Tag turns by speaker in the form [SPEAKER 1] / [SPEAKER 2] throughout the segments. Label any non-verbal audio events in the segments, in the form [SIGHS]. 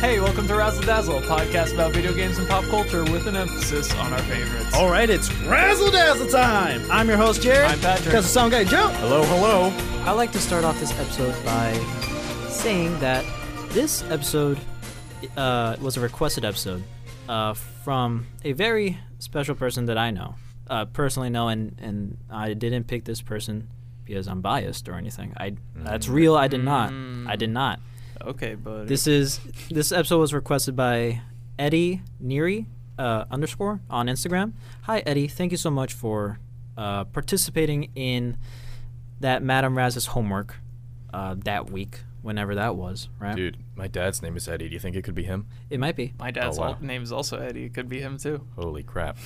[SPEAKER 1] Hey, welcome to Razzle Dazzle, a podcast about video games and pop culture with an emphasis on our favorites.
[SPEAKER 2] Oh.
[SPEAKER 3] All right, it's Razzle Dazzle time. I'm your host, Jared.
[SPEAKER 1] I'm Patrick.
[SPEAKER 3] That's the sound guy, Joe.
[SPEAKER 4] Hello, hello.
[SPEAKER 2] I like to start off this episode by saying that this episode uh, was a requested episode uh, from a very special person that I know, uh, personally know, and, and I didn't pick this person because I'm biased or anything. I that's real. I did not. I did not.
[SPEAKER 1] Okay, buddy.
[SPEAKER 2] This is this episode was requested by Eddie Neary uh, underscore on Instagram. Hi Eddie, thank you so much for uh, participating in that Madam Raz's homework uh, that week, whenever that was. Right?
[SPEAKER 4] Dude, my dad's name is Eddie. Do you think it could be him?
[SPEAKER 2] It might be
[SPEAKER 1] My dad's
[SPEAKER 4] Oh, wow.
[SPEAKER 1] al- name is also Eddie. It could be him too.
[SPEAKER 2] Oh.
[SPEAKER 3] [LAUGHS]
[SPEAKER 4] Holy crap.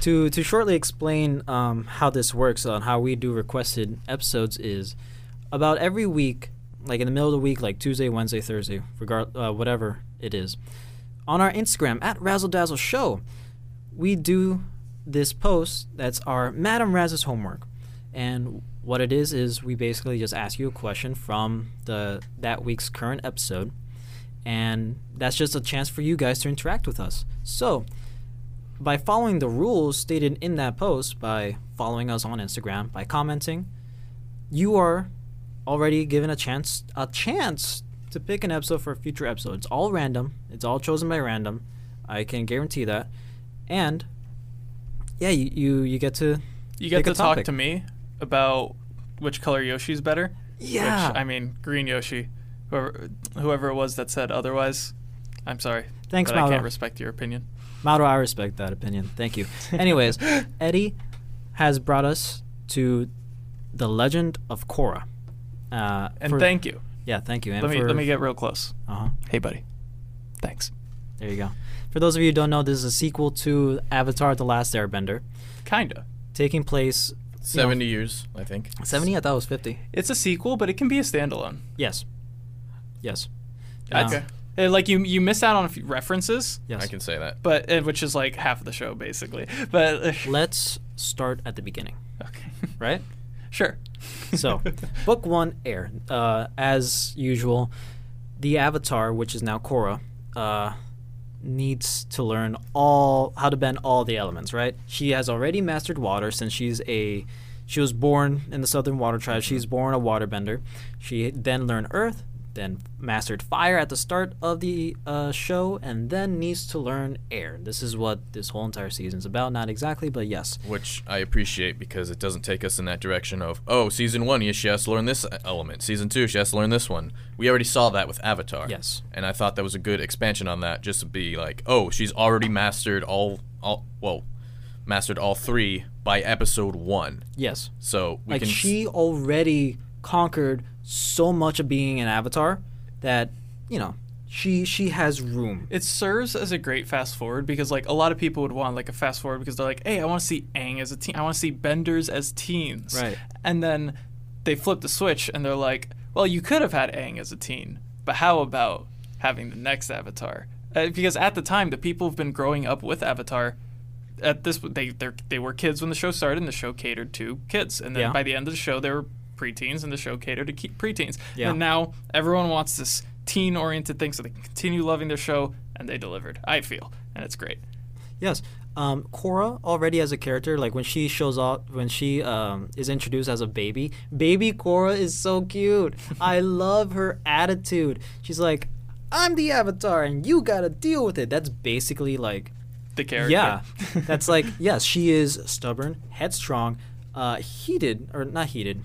[SPEAKER 2] to to shortly explain um, how this works on how we do requested episodes is about every week, like in the middle of the week, like Tuesday, Wednesday, Thursday, regard uh, whatever it is, on our Instagram at Razzle Dazzle Show, we do this post that's our Madam Razz's homework, and what it is is we basically just ask you a question from the that week's current episode. And that's just a chance for you guys to interact with us. So, by following the rules stated in that post, by following us on Instagram, by commenting, you are already given a chance a chance to pick an episode for a future episode. It's all random. It's all chosen by random. I can guarantee that. And yeah, you you, you get to
[SPEAKER 1] You get
[SPEAKER 2] pick a
[SPEAKER 1] to talk
[SPEAKER 2] topic.
[SPEAKER 1] to me about which color Yoshi's better.
[SPEAKER 2] Yeah.
[SPEAKER 1] Which, I mean, green Yoshi. Whoever, whoever it was that said otherwise, I'm sorry.
[SPEAKER 2] Thanks,
[SPEAKER 1] but I can't
[SPEAKER 2] Mauro.
[SPEAKER 1] respect your opinion.
[SPEAKER 2] Mauro, I respect that opinion. Thank you.
[SPEAKER 1] [LAUGHS]
[SPEAKER 2] Anyways, Eddie has brought us to the legend of Korra. Uh,
[SPEAKER 1] And
[SPEAKER 2] for-
[SPEAKER 1] thank you.
[SPEAKER 2] Yeah, thank you. And
[SPEAKER 1] Let me
[SPEAKER 2] for-
[SPEAKER 1] let me get real close.
[SPEAKER 2] Uh-huh.
[SPEAKER 1] Hey, buddy. Thanks.
[SPEAKER 2] There you go. For those of you who don't know, this is a sequel to Avatar: The Last Airbender,
[SPEAKER 1] Kinda.
[SPEAKER 2] taking place you know,
[SPEAKER 4] 70 years, I think.
[SPEAKER 2] Seventy? I thought it was fifty.
[SPEAKER 1] It's a sequel, but it can be a standalone.
[SPEAKER 2] Yes. Yes.
[SPEAKER 1] That's- eh, like you you miss out on a few references,
[SPEAKER 2] Yes.
[SPEAKER 4] I can say that.
[SPEAKER 1] but eh, which is like half of the show basically. But [LAUGHS]
[SPEAKER 2] Let's start at the beginning,
[SPEAKER 1] okay,
[SPEAKER 2] right?
[SPEAKER 1] sure.
[SPEAKER 2] So, book one, Air. Uh, as usual, the Avatar, which is now Korra, uh, needs to learn all how to bend all the elements. Right? She has already mastered water since she's a she was born in the Southern Water Tribe. She's born a waterbender. She then learned Earth, then mastered Fire at the start of the uh, show, and then needs to learn Air. This is what this whole entire season's about. Not exactly, but yes.
[SPEAKER 4] Which I appreciate because it doesn't take us in that direction of, oh, season one, yeah, she has to learn this element. Season two, she has to learn this one. We already saw that with Avatar.
[SPEAKER 2] Yes.
[SPEAKER 4] And I thought that was a good expansion on that, just to be like, oh, she's already mastered all, all well, mastered all three by episode one.
[SPEAKER 2] Yes.
[SPEAKER 4] So we
[SPEAKER 2] like
[SPEAKER 4] can. s-
[SPEAKER 2] she already conquered so much of being an avatar that you know she she has room
[SPEAKER 1] [LAUGHS] It serves as a great fast forward because like a lot of people would want like a fast forward because they're like, hey, I want to see Aang as a teen. I want to see Benders as teens.
[SPEAKER 2] Right.
[SPEAKER 1] And then they flip the switch and they're like, well, you could have had Aang as a teen, but how about having the next Avatar? Uh, because at the time, the people who've been growing up with Avatar. At this, they they're- they were kids when the show started, and the show catered to kids. And then
[SPEAKER 2] Yeah.
[SPEAKER 1] by the end of the show, they were preteens, and the show catered to ke- preteens.
[SPEAKER 2] Yeah.
[SPEAKER 1] And now everyone wants this teen oriented thing so they can continue loving their show, and they delivered, I feel. And it's great.
[SPEAKER 2] yes um Korra already as a character like when she shows up when she um is introduced as a baby baby Korra is so
[SPEAKER 4] [LAUGHS]
[SPEAKER 2] cute I love her attitude she's like I'm the avatar and you got to deal with it that's basically like
[SPEAKER 1] The character.
[SPEAKER 2] Yeah, that's
[SPEAKER 1] [LAUGHS]
[SPEAKER 2] like yes, she is stubborn, headstrong, uh, heated or not heated.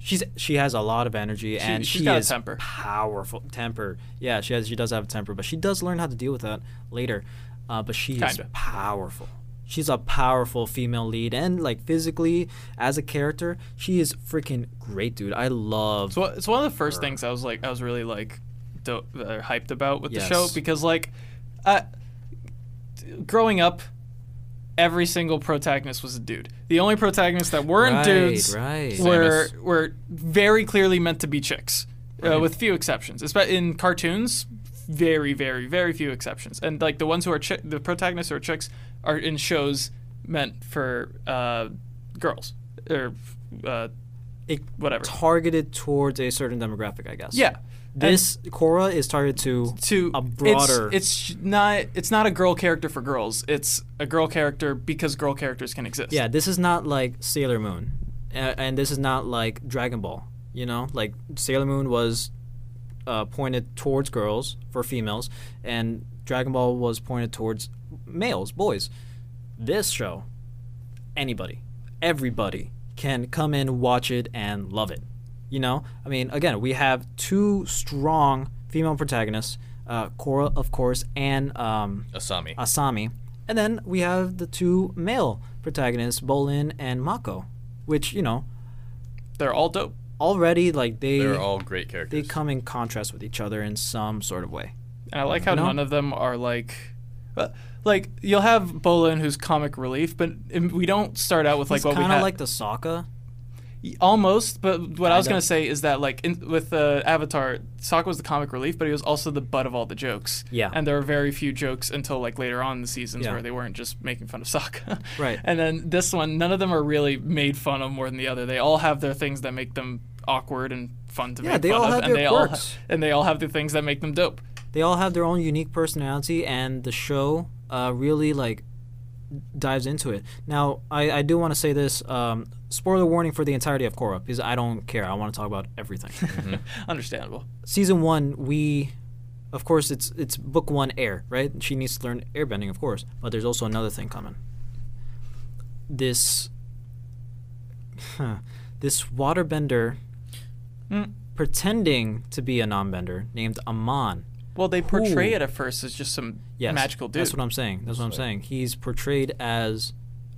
[SPEAKER 2] She's she has a lot of energy and
[SPEAKER 1] she's
[SPEAKER 2] she
[SPEAKER 1] got a
[SPEAKER 2] is
[SPEAKER 1] temper.
[SPEAKER 2] powerful temper. Yeah, she has she does have a temper, but she does learn how to deal with that later. Uh, but she is
[SPEAKER 1] Kinda.
[SPEAKER 2] powerful. She's a powerful female lead and like physically as a character, she is freaking great, dude. I love.
[SPEAKER 1] So it's one of the first things I was like, I was really like, do- uh, hyped about with the show
[SPEAKER 2] Yes.
[SPEAKER 1] because like, uh, growing up, every single protagonist was a dude. The only protagonists that weren't
[SPEAKER 2] Right,
[SPEAKER 1] dudes
[SPEAKER 2] right.
[SPEAKER 1] were
[SPEAKER 4] Samus.
[SPEAKER 1] were very clearly meant to be chicks, uh, with few exceptions. Espe- in cartoons, very, very, very few exceptions. And like the ones who are chi- the protagonists who are chicks are in shows meant for uh, girls or uh,
[SPEAKER 2] it
[SPEAKER 1] Whatever.
[SPEAKER 2] targeted towards a certain demographic, I guess.
[SPEAKER 1] Yeah.
[SPEAKER 2] This Cora is targeted to
[SPEAKER 1] to
[SPEAKER 2] a
[SPEAKER 1] it's-
[SPEAKER 2] broader.
[SPEAKER 1] It's, not it's not a girl character for girls. It's a girl character because girl characters can exist.
[SPEAKER 2] yeah. This is not like Sailor Moon, uh, and this is not like Dragon Ball. You know, like Sailor Moon was uh, pointed towards girls for females, and Dragon Ball was pointed towards males, boys. This show, anybody, everybody can come in, watch it, and love it. You know, I mean, again, we have two strong female protagonists, uh, Korra, of course, and um,
[SPEAKER 4] Asami.
[SPEAKER 2] Asami. And then we have the two male protagonists, Bolin and Mako, which, you know,
[SPEAKER 1] They're all dope.
[SPEAKER 2] already like they
[SPEAKER 4] They're all great
[SPEAKER 2] they
[SPEAKER 4] characters.
[SPEAKER 2] come in contrast with each other in some sort of way.
[SPEAKER 1] And I like how
[SPEAKER 2] You know?
[SPEAKER 1] none of them are like, uh, like you'll have Bolin who's comic relief, but um, we don't start out with like
[SPEAKER 2] It's
[SPEAKER 1] what we
[SPEAKER 2] kind of
[SPEAKER 1] have.
[SPEAKER 2] like the Sokka.
[SPEAKER 1] Almost, but what I was
[SPEAKER 2] Kinda.
[SPEAKER 1] gonna say is that like in, with uh, Avatar, Sokka was the comic relief, but he was also the butt of all the jokes.
[SPEAKER 2] Yeah.
[SPEAKER 1] And there were very few jokes until like later on in the seasons
[SPEAKER 2] Yeah.
[SPEAKER 1] where they weren't just making fun of Sokka. [LAUGHS]
[SPEAKER 2] Right.
[SPEAKER 1] And then this one, none of them are really made fun of more than the other. They all have their things that make them awkward and fun to
[SPEAKER 2] Yeah,
[SPEAKER 1] make
[SPEAKER 2] they
[SPEAKER 1] fun
[SPEAKER 2] all
[SPEAKER 1] of,
[SPEAKER 2] have
[SPEAKER 1] and
[SPEAKER 2] their
[SPEAKER 1] they all
[SPEAKER 2] quirks.
[SPEAKER 1] and they all have the things that make them dope.
[SPEAKER 2] They all have their own unique personality, and the show uh, really like dives into it. Now, I, I do want to say this um, spoiler warning for the entirety of Korra because I don't care. I want to talk about
[SPEAKER 4] [LAUGHS]
[SPEAKER 2] everything.
[SPEAKER 1] [LAUGHS] Understandable.
[SPEAKER 2] season one, we, of course, it's it's book one air, right? She needs to learn airbending, of course, but there's also another thing coming. This, this waterbender,
[SPEAKER 1] Mm.
[SPEAKER 2] pretending to be a non-bender named Amon.
[SPEAKER 1] Well, they portray
[SPEAKER 2] Ooh.
[SPEAKER 1] it at first as just some
[SPEAKER 2] Yes,
[SPEAKER 1] magical dude.
[SPEAKER 2] That's what I'm saying. That's what I'm saying. He's portrayed as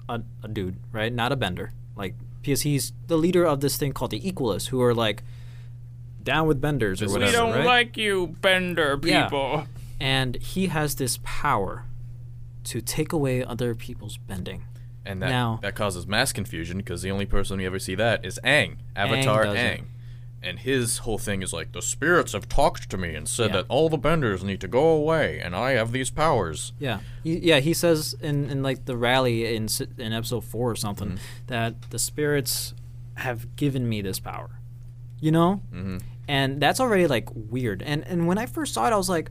[SPEAKER 2] a, a dude, right? Not a bender, like because he's the leader of this thing called the Equalists, who are like down with benders or
[SPEAKER 4] We
[SPEAKER 2] whatever.
[SPEAKER 4] don't
[SPEAKER 2] right?
[SPEAKER 1] like you, Bender
[SPEAKER 2] Yeah. and he has this power to take away other people's bending.
[SPEAKER 4] and that
[SPEAKER 2] now-
[SPEAKER 4] that causes mass confusion because the only person we ever see that is Aang, Avatar
[SPEAKER 2] does
[SPEAKER 4] Aang.
[SPEAKER 2] it.
[SPEAKER 4] And his whole thing is like the spirits have talked to me and said
[SPEAKER 2] Yeah.
[SPEAKER 4] that all the benders need to go away and I have these powers.
[SPEAKER 2] Yeah, he, yeah. He says in, in like the rally in s- in episode four or something that the spirits have given me this power, you know, mm-hmm. and that's already like weird. And and when I first saw it, I was like,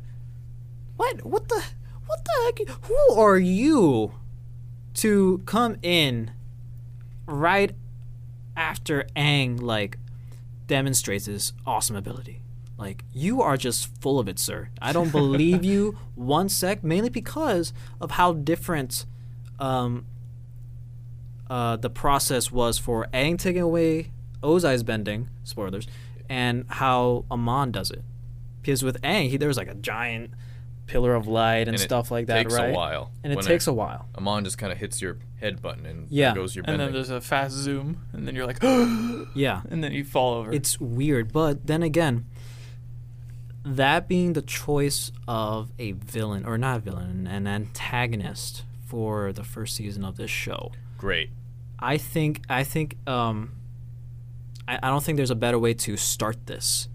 [SPEAKER 2] what? What the? What the heck? Who are you to come in right after Aang like demonstrates his awesome ability. Like you are just full of it, sir.
[SPEAKER 4] [LAUGHS]
[SPEAKER 2] I don't believe you one sec, mainly because of how different um, uh, the process was for Aang taking away Ozai's bending spoilers, and how Amon does it. Because with Aang, he, there was like a giant pillar of light and,
[SPEAKER 4] And it
[SPEAKER 2] stuff like that,
[SPEAKER 4] takes a
[SPEAKER 2] right?
[SPEAKER 4] while
[SPEAKER 2] And it
[SPEAKER 4] when
[SPEAKER 2] takes
[SPEAKER 4] it-
[SPEAKER 2] a while.
[SPEAKER 4] Amon just kind of hits your head button and
[SPEAKER 2] Yeah.
[SPEAKER 4] goes your
[SPEAKER 1] And
[SPEAKER 4] bending.
[SPEAKER 1] then there's a fast zoom, and then you're like, [GASPS] and
[SPEAKER 2] Yeah.
[SPEAKER 1] then you fall over.
[SPEAKER 2] It's weird, but then again, that being the choice of a villain or not a villain, an antagonist for the first season of this show,
[SPEAKER 4] Great.
[SPEAKER 2] I think I think um, I, I don't think there's a better way to start this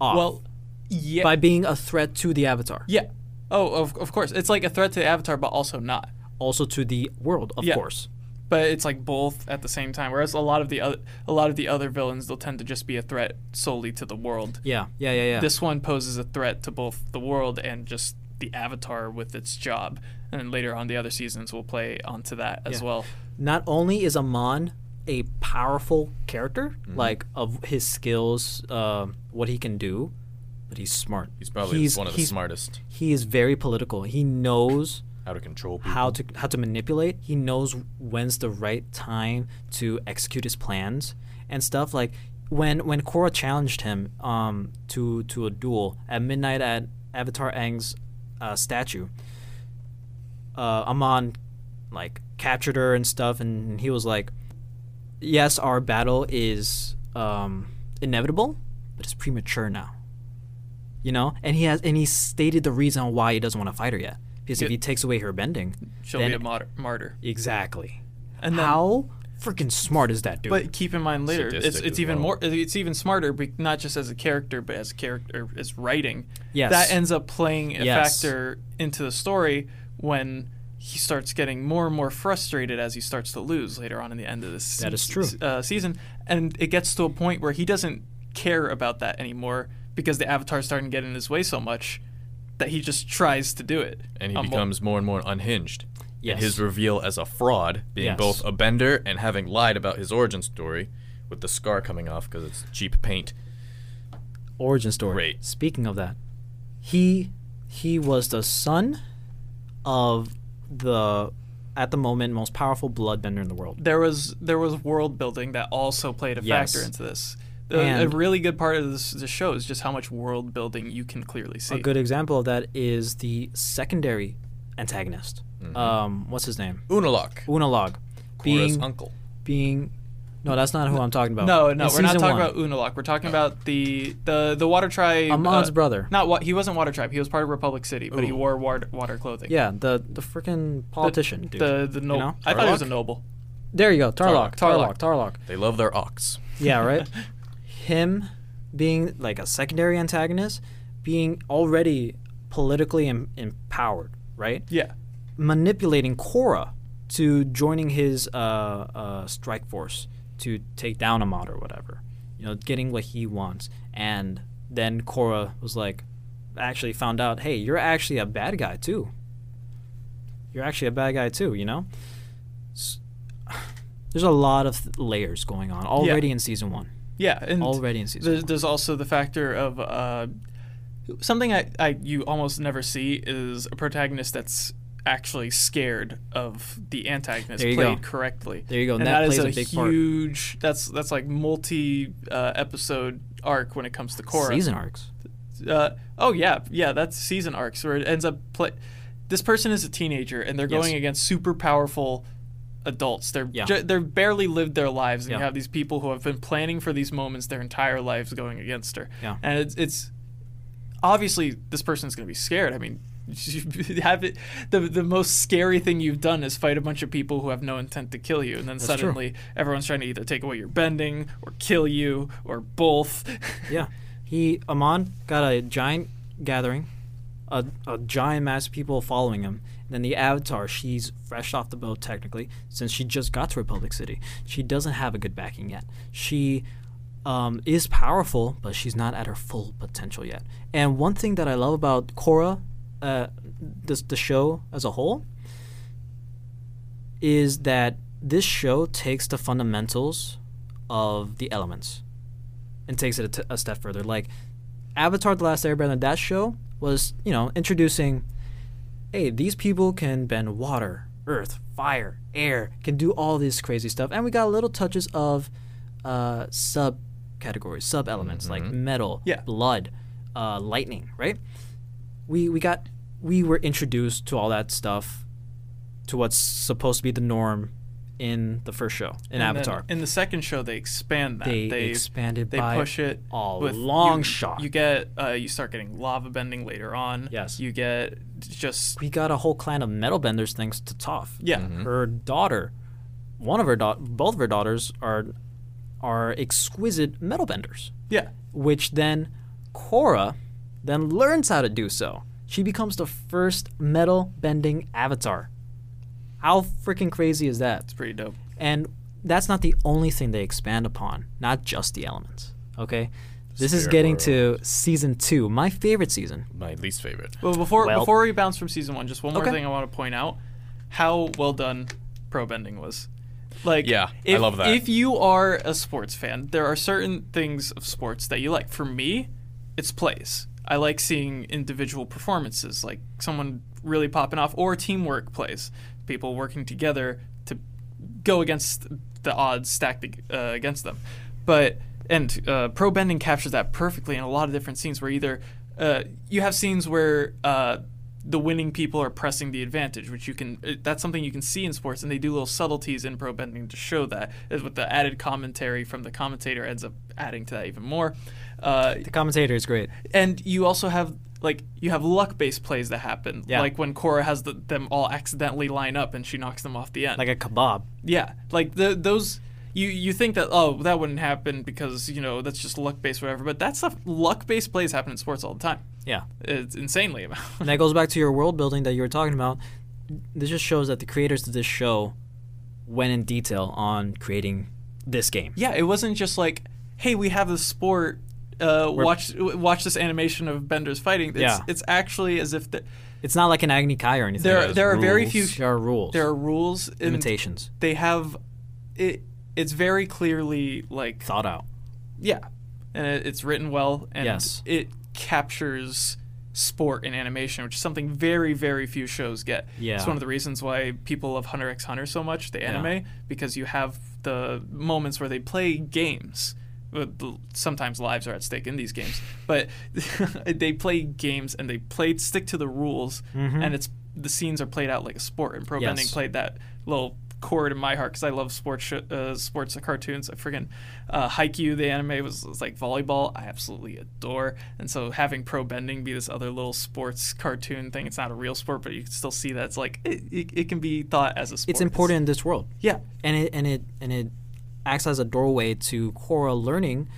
[SPEAKER 2] off
[SPEAKER 1] well, yeah,
[SPEAKER 2] by being a threat to the Avatar,
[SPEAKER 1] yeah. Oh, of, of course. It's like a threat to the Avatar, but also not.
[SPEAKER 2] also to the world, of
[SPEAKER 1] Yeah.
[SPEAKER 2] course.
[SPEAKER 1] But it's like both at the same time. Whereas a lot of the other, a lot of the other villains, they'll tend to just be a threat solely to the world.
[SPEAKER 2] Yeah, yeah, yeah, yeah.
[SPEAKER 1] This one poses a threat to both the world and just the Avatar with its job. And then later on, the other seasons will play onto that as
[SPEAKER 2] Yeah.
[SPEAKER 1] well.
[SPEAKER 2] not only is Amon a powerful character,
[SPEAKER 4] Mm-hmm.
[SPEAKER 2] like of his skills, um, what he can do, but he's smart.
[SPEAKER 4] He's probably
[SPEAKER 2] He's-
[SPEAKER 4] one of the
[SPEAKER 2] he's-
[SPEAKER 4] smartest.
[SPEAKER 2] He is very political. He knows
[SPEAKER 4] How to control people.
[SPEAKER 2] how to how to manipulate. He knows when's the right time to execute his plans and stuff. Like when when Korra challenged him um, to to a duel at midnight at Avatar Aang's uh, statue, uh, Amon like captured her and stuff, and he was like, "Yes, our battle is um, inevitable, but it's premature now." You know, and he has, and he stated the reason why he doesn't want to fight her yet. Because if
[SPEAKER 1] Yeah.
[SPEAKER 2] he takes away her bending,
[SPEAKER 1] She'll
[SPEAKER 2] Then-
[SPEAKER 1] be a mar- martyr.
[SPEAKER 2] exactly.
[SPEAKER 1] And then-
[SPEAKER 2] how freaking smart is that dude?
[SPEAKER 1] But keep in mind later, it's
[SPEAKER 4] Sadistic
[SPEAKER 1] it's
[SPEAKER 4] as
[SPEAKER 1] even
[SPEAKER 4] well.
[SPEAKER 1] more, it's even smarter, be- not just as a character, but as character as writing.
[SPEAKER 2] Yes.
[SPEAKER 1] that ends up playing a
[SPEAKER 2] Yes.
[SPEAKER 1] factor into the story when he starts getting more and more frustrated as he starts to lose later on in the end of this
[SPEAKER 2] That is
[SPEAKER 1] se-
[SPEAKER 2] true.
[SPEAKER 1] uh, season, and it gets to a point where he doesn't care about that anymore because the avatar's starting to get in his way so much that he just tries to do it.
[SPEAKER 4] and he
[SPEAKER 1] on mul-
[SPEAKER 4] becomes more and more unhinged.
[SPEAKER 2] Um, Yes.
[SPEAKER 4] And his reveal as a fraud, being
[SPEAKER 2] Yes.
[SPEAKER 4] both a bender and having lied about his origin story, with the scar coming off because it's cheap paint.
[SPEAKER 2] origin story.
[SPEAKER 4] Great.
[SPEAKER 2] Speaking of that, he he was the son of the at the moment most powerful bloodbender in the world.
[SPEAKER 1] there was there was world building that also played a
[SPEAKER 2] Yes.
[SPEAKER 1] factor into this. The- a
[SPEAKER 2] And-
[SPEAKER 1] really good part of this, this show is just how much world building you can clearly see.
[SPEAKER 2] A good example of that is the secondary antagonist.
[SPEAKER 1] Mm-hmm.
[SPEAKER 2] Um, what's his name?
[SPEAKER 4] Unalak,
[SPEAKER 2] Unalog.
[SPEAKER 4] Korra's
[SPEAKER 2] Being
[SPEAKER 4] uncle.
[SPEAKER 2] being no, that's not who I'm talking about.
[SPEAKER 1] no,
[SPEAKER 2] In
[SPEAKER 1] no, we're not
[SPEAKER 2] season
[SPEAKER 1] talking
[SPEAKER 2] one,
[SPEAKER 1] about Unalak. We're talking about the the the Water Tribe.
[SPEAKER 2] Ahmad's
[SPEAKER 1] uh,
[SPEAKER 2] brother.
[SPEAKER 1] Not what he wasn't Water Tribe. He was part of Republic City, but he
[SPEAKER 4] Ooh.
[SPEAKER 1] wore water, water clothing.
[SPEAKER 2] Yeah, the the freaking politician dude.
[SPEAKER 1] The the no-
[SPEAKER 2] you know?
[SPEAKER 1] I thought he was a
[SPEAKER 4] Tarlok?
[SPEAKER 1] noble.
[SPEAKER 2] there you go, Tarlock,
[SPEAKER 1] Tarlok.
[SPEAKER 2] Tarlock, Tarlock.
[SPEAKER 4] They love their ox.
[SPEAKER 2] Yeah,
[SPEAKER 1] [LAUGHS]
[SPEAKER 2] right. Him being like a secondary antagonist, being already politically em- empowered, right?
[SPEAKER 1] Yeah.
[SPEAKER 2] Manipulating Korra to joining his uh, uh, strike force to take down Ahmad or whatever. You know, getting what he wants, and then Korra was like, actually found out, hey, you're actually a bad guy too. You're actually a bad guy too. You know. S- [SIGHS] There's a lot of th- layers going on already in season one.
[SPEAKER 1] Yeah, and
[SPEAKER 2] Already in season
[SPEAKER 1] There's,
[SPEAKER 2] one.
[SPEAKER 1] there's also the factor of uh, something I, I you almost never see is a protagonist that's actually scared of the antagonist
[SPEAKER 2] There you
[SPEAKER 1] played
[SPEAKER 2] go.
[SPEAKER 1] correctly.
[SPEAKER 2] There you go, and
[SPEAKER 1] And
[SPEAKER 2] that
[SPEAKER 1] is
[SPEAKER 2] plays
[SPEAKER 1] a,
[SPEAKER 2] a big part.
[SPEAKER 1] huge. That's that's like multi uh, episode arc when it comes to Korra.
[SPEAKER 2] Season arcs.
[SPEAKER 1] Uh, oh yeah, yeah. That's season arcs where it ends up play. This person is a teenager and they're
[SPEAKER 2] Yes.
[SPEAKER 1] going against super powerful adults. They're
[SPEAKER 2] Yeah.
[SPEAKER 1] ju- they're barely lived their lives, and you
[SPEAKER 2] Yeah.
[SPEAKER 1] have these people who have been planning for these moments their entire lives going against her.
[SPEAKER 2] Yeah.
[SPEAKER 1] And it's, it's obviously this person's going to be scared. I mean. [LAUGHS] you have it, the the most scary thing you've done is fight a bunch of people who have no intent to kill you, and then
[SPEAKER 2] true.
[SPEAKER 1] suddenly everyone's trying to either take away your bending or kill you or both.
[SPEAKER 2] [LAUGHS] Yeah. He Amon got a giant gathering, a, a giant mass of people following him. And then the Avatar, she's fresh off the boat technically, since she just got to Republic City. She doesn't have a good backing yet. She um, is powerful, but she's not at her full potential yet. And one thing that I love about Korra, uh, this, the show as a whole, is that this show takes the fundamentals of the elements and takes it a, t- a step further. Like Avatar: The Last Airbender, that show was you know introducing, hey, these people can bend water, earth, fire, air, can do all this crazy stuff, and we got little touches of uh, sub categories, sub elements like metal,
[SPEAKER 1] Yeah.
[SPEAKER 2] blood, uh, lightning, right? We we got we were introduced to all that stuff, to what's supposed to be the norm in the first show
[SPEAKER 1] And then
[SPEAKER 2] in Avatar.
[SPEAKER 1] in the second show, they expand that.
[SPEAKER 2] They expanded
[SPEAKER 1] They
[SPEAKER 2] by
[SPEAKER 1] push it
[SPEAKER 2] a
[SPEAKER 1] with-
[SPEAKER 2] long
[SPEAKER 1] you-
[SPEAKER 2] shot.
[SPEAKER 1] You get uh, you start getting lava bending later on.
[SPEAKER 2] Yes.
[SPEAKER 1] You get just
[SPEAKER 2] we got a whole clan of metal benders thanks to Toph.
[SPEAKER 1] yeah.
[SPEAKER 4] Mm-hmm.
[SPEAKER 2] Her daughter, one of her da- both of her daughters are are exquisite metal benders,
[SPEAKER 1] Yeah.
[SPEAKER 2] which then Korra then learns how to do so. She becomes the first metal bending avatar. How freaking crazy is that?
[SPEAKER 1] It's pretty dope.
[SPEAKER 2] And that's not the only thing they expand upon, not just the elements. Okay? This is
[SPEAKER 4] Spirit
[SPEAKER 2] getting
[SPEAKER 4] world.
[SPEAKER 2] to season 2, my favorite season.
[SPEAKER 4] My least favorite.
[SPEAKER 1] Well, before
[SPEAKER 2] Well-
[SPEAKER 1] before we bounce from season one, just one more
[SPEAKER 2] Okay.
[SPEAKER 1] thing I want to point out: how well done pro bending was. Like,
[SPEAKER 4] Yeah, I
[SPEAKER 1] if,
[SPEAKER 4] love that.
[SPEAKER 1] If you are a sports fan, there are certain things of sports that you like. For me, it's plays. I like seeing individual performances, like someone really popping off, or teamwork plays, people working together to go against the odds stacked ag- uh, against them. But and uh, pro bending captures that perfectly in a lot of different scenes where either uh, you have scenes where uh, the winning people are pressing the advantage, which you can uh, that's something you can see in sports, and they do little subtleties in pro bending to show that. Is what the added commentary from the commentator ends up adding to that even more. Uh,
[SPEAKER 2] The commentator is great.
[SPEAKER 1] and you also have like you have luck based plays that happen,
[SPEAKER 2] Yeah.
[SPEAKER 1] like when Cora has the, them all accidentally line up and she knocks them off the end.
[SPEAKER 2] Like a kebab.
[SPEAKER 1] Yeah, like the those you you think that oh that wouldn't happen because you know that's just luck based whatever, but that stuff luck based plays happen in sports all the time.
[SPEAKER 2] Yeah.
[SPEAKER 1] It's insanely amount.
[SPEAKER 2] And that goes back to your world building that you were talking about. This just shows that the creators of this show went in detail on creating this game.
[SPEAKER 1] Yeah, it wasn't just like, hey, we have this sport. Uh, watch w- watch this animation of Bender's fighting. It's,
[SPEAKER 2] Yeah.
[SPEAKER 1] it's actually as if the,
[SPEAKER 2] It's not like an Agni Kai or anything.
[SPEAKER 1] there
[SPEAKER 4] There's
[SPEAKER 1] there are very
[SPEAKER 4] rules.
[SPEAKER 1] few
[SPEAKER 2] there are rules,
[SPEAKER 1] there are rules and
[SPEAKER 2] limitations,
[SPEAKER 1] They have it. It's very clearly like
[SPEAKER 2] thought out.
[SPEAKER 1] yeah, and it, it's written well and
[SPEAKER 2] Yes.
[SPEAKER 1] it captures sport in animation, which is something very very few shows get.
[SPEAKER 2] Yeah.
[SPEAKER 1] it's one of the reasons why people love Hunter x Hunter so much, the anime, because you have the moments where they play games. Uh, l- Sometimes lives are at stake in these games, but [LAUGHS] they play games and they play stick to the rules,
[SPEAKER 2] Mm-hmm.
[SPEAKER 1] and it's the scenes are played out like a sport. And Pro Bending
[SPEAKER 2] Yes.
[SPEAKER 1] played that little chord in my heart because I love sports sh- uh, sports cartoons. I friggin' uh, Haikyuu, the anime was, was like volleyball. I absolutely adore. And so having pro bending be this other little sports cartoon thing, it's not a real sport, but you can still see that it's like it, it, it can be thought as a sport.
[SPEAKER 2] It's important in this world.
[SPEAKER 1] yeah.
[SPEAKER 2] and it and it and it acts as a doorway to Korra learning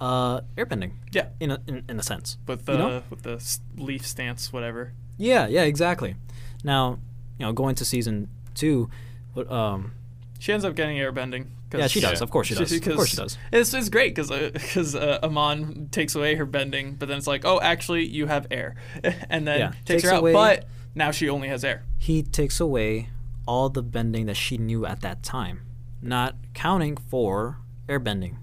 [SPEAKER 2] uh, airbending.
[SPEAKER 1] Yeah.
[SPEAKER 2] in a in, in a sense.
[SPEAKER 1] With uh, the
[SPEAKER 2] You know?
[SPEAKER 1] with the s- leaf stance, whatever.
[SPEAKER 2] Yeah, yeah, exactly. Now, you know, going to season two, but um,
[SPEAKER 1] She ends up getting airbending. 'cause-
[SPEAKER 2] yeah, she does.
[SPEAKER 4] Yeah.
[SPEAKER 2] Of course she
[SPEAKER 1] [LAUGHS]
[SPEAKER 2] does. Of
[SPEAKER 1] because
[SPEAKER 2] course she does.
[SPEAKER 1] It's, it's great because because uh, Amon takes away her bending, but then it's like, oh, actually, you have air, [LAUGHS] and then
[SPEAKER 2] Yeah.
[SPEAKER 1] takes,
[SPEAKER 2] Takes
[SPEAKER 1] her out.
[SPEAKER 2] away-
[SPEAKER 1] But now she only has air.
[SPEAKER 2] He takes away all the bending that she knew at that time, not counting for airbending.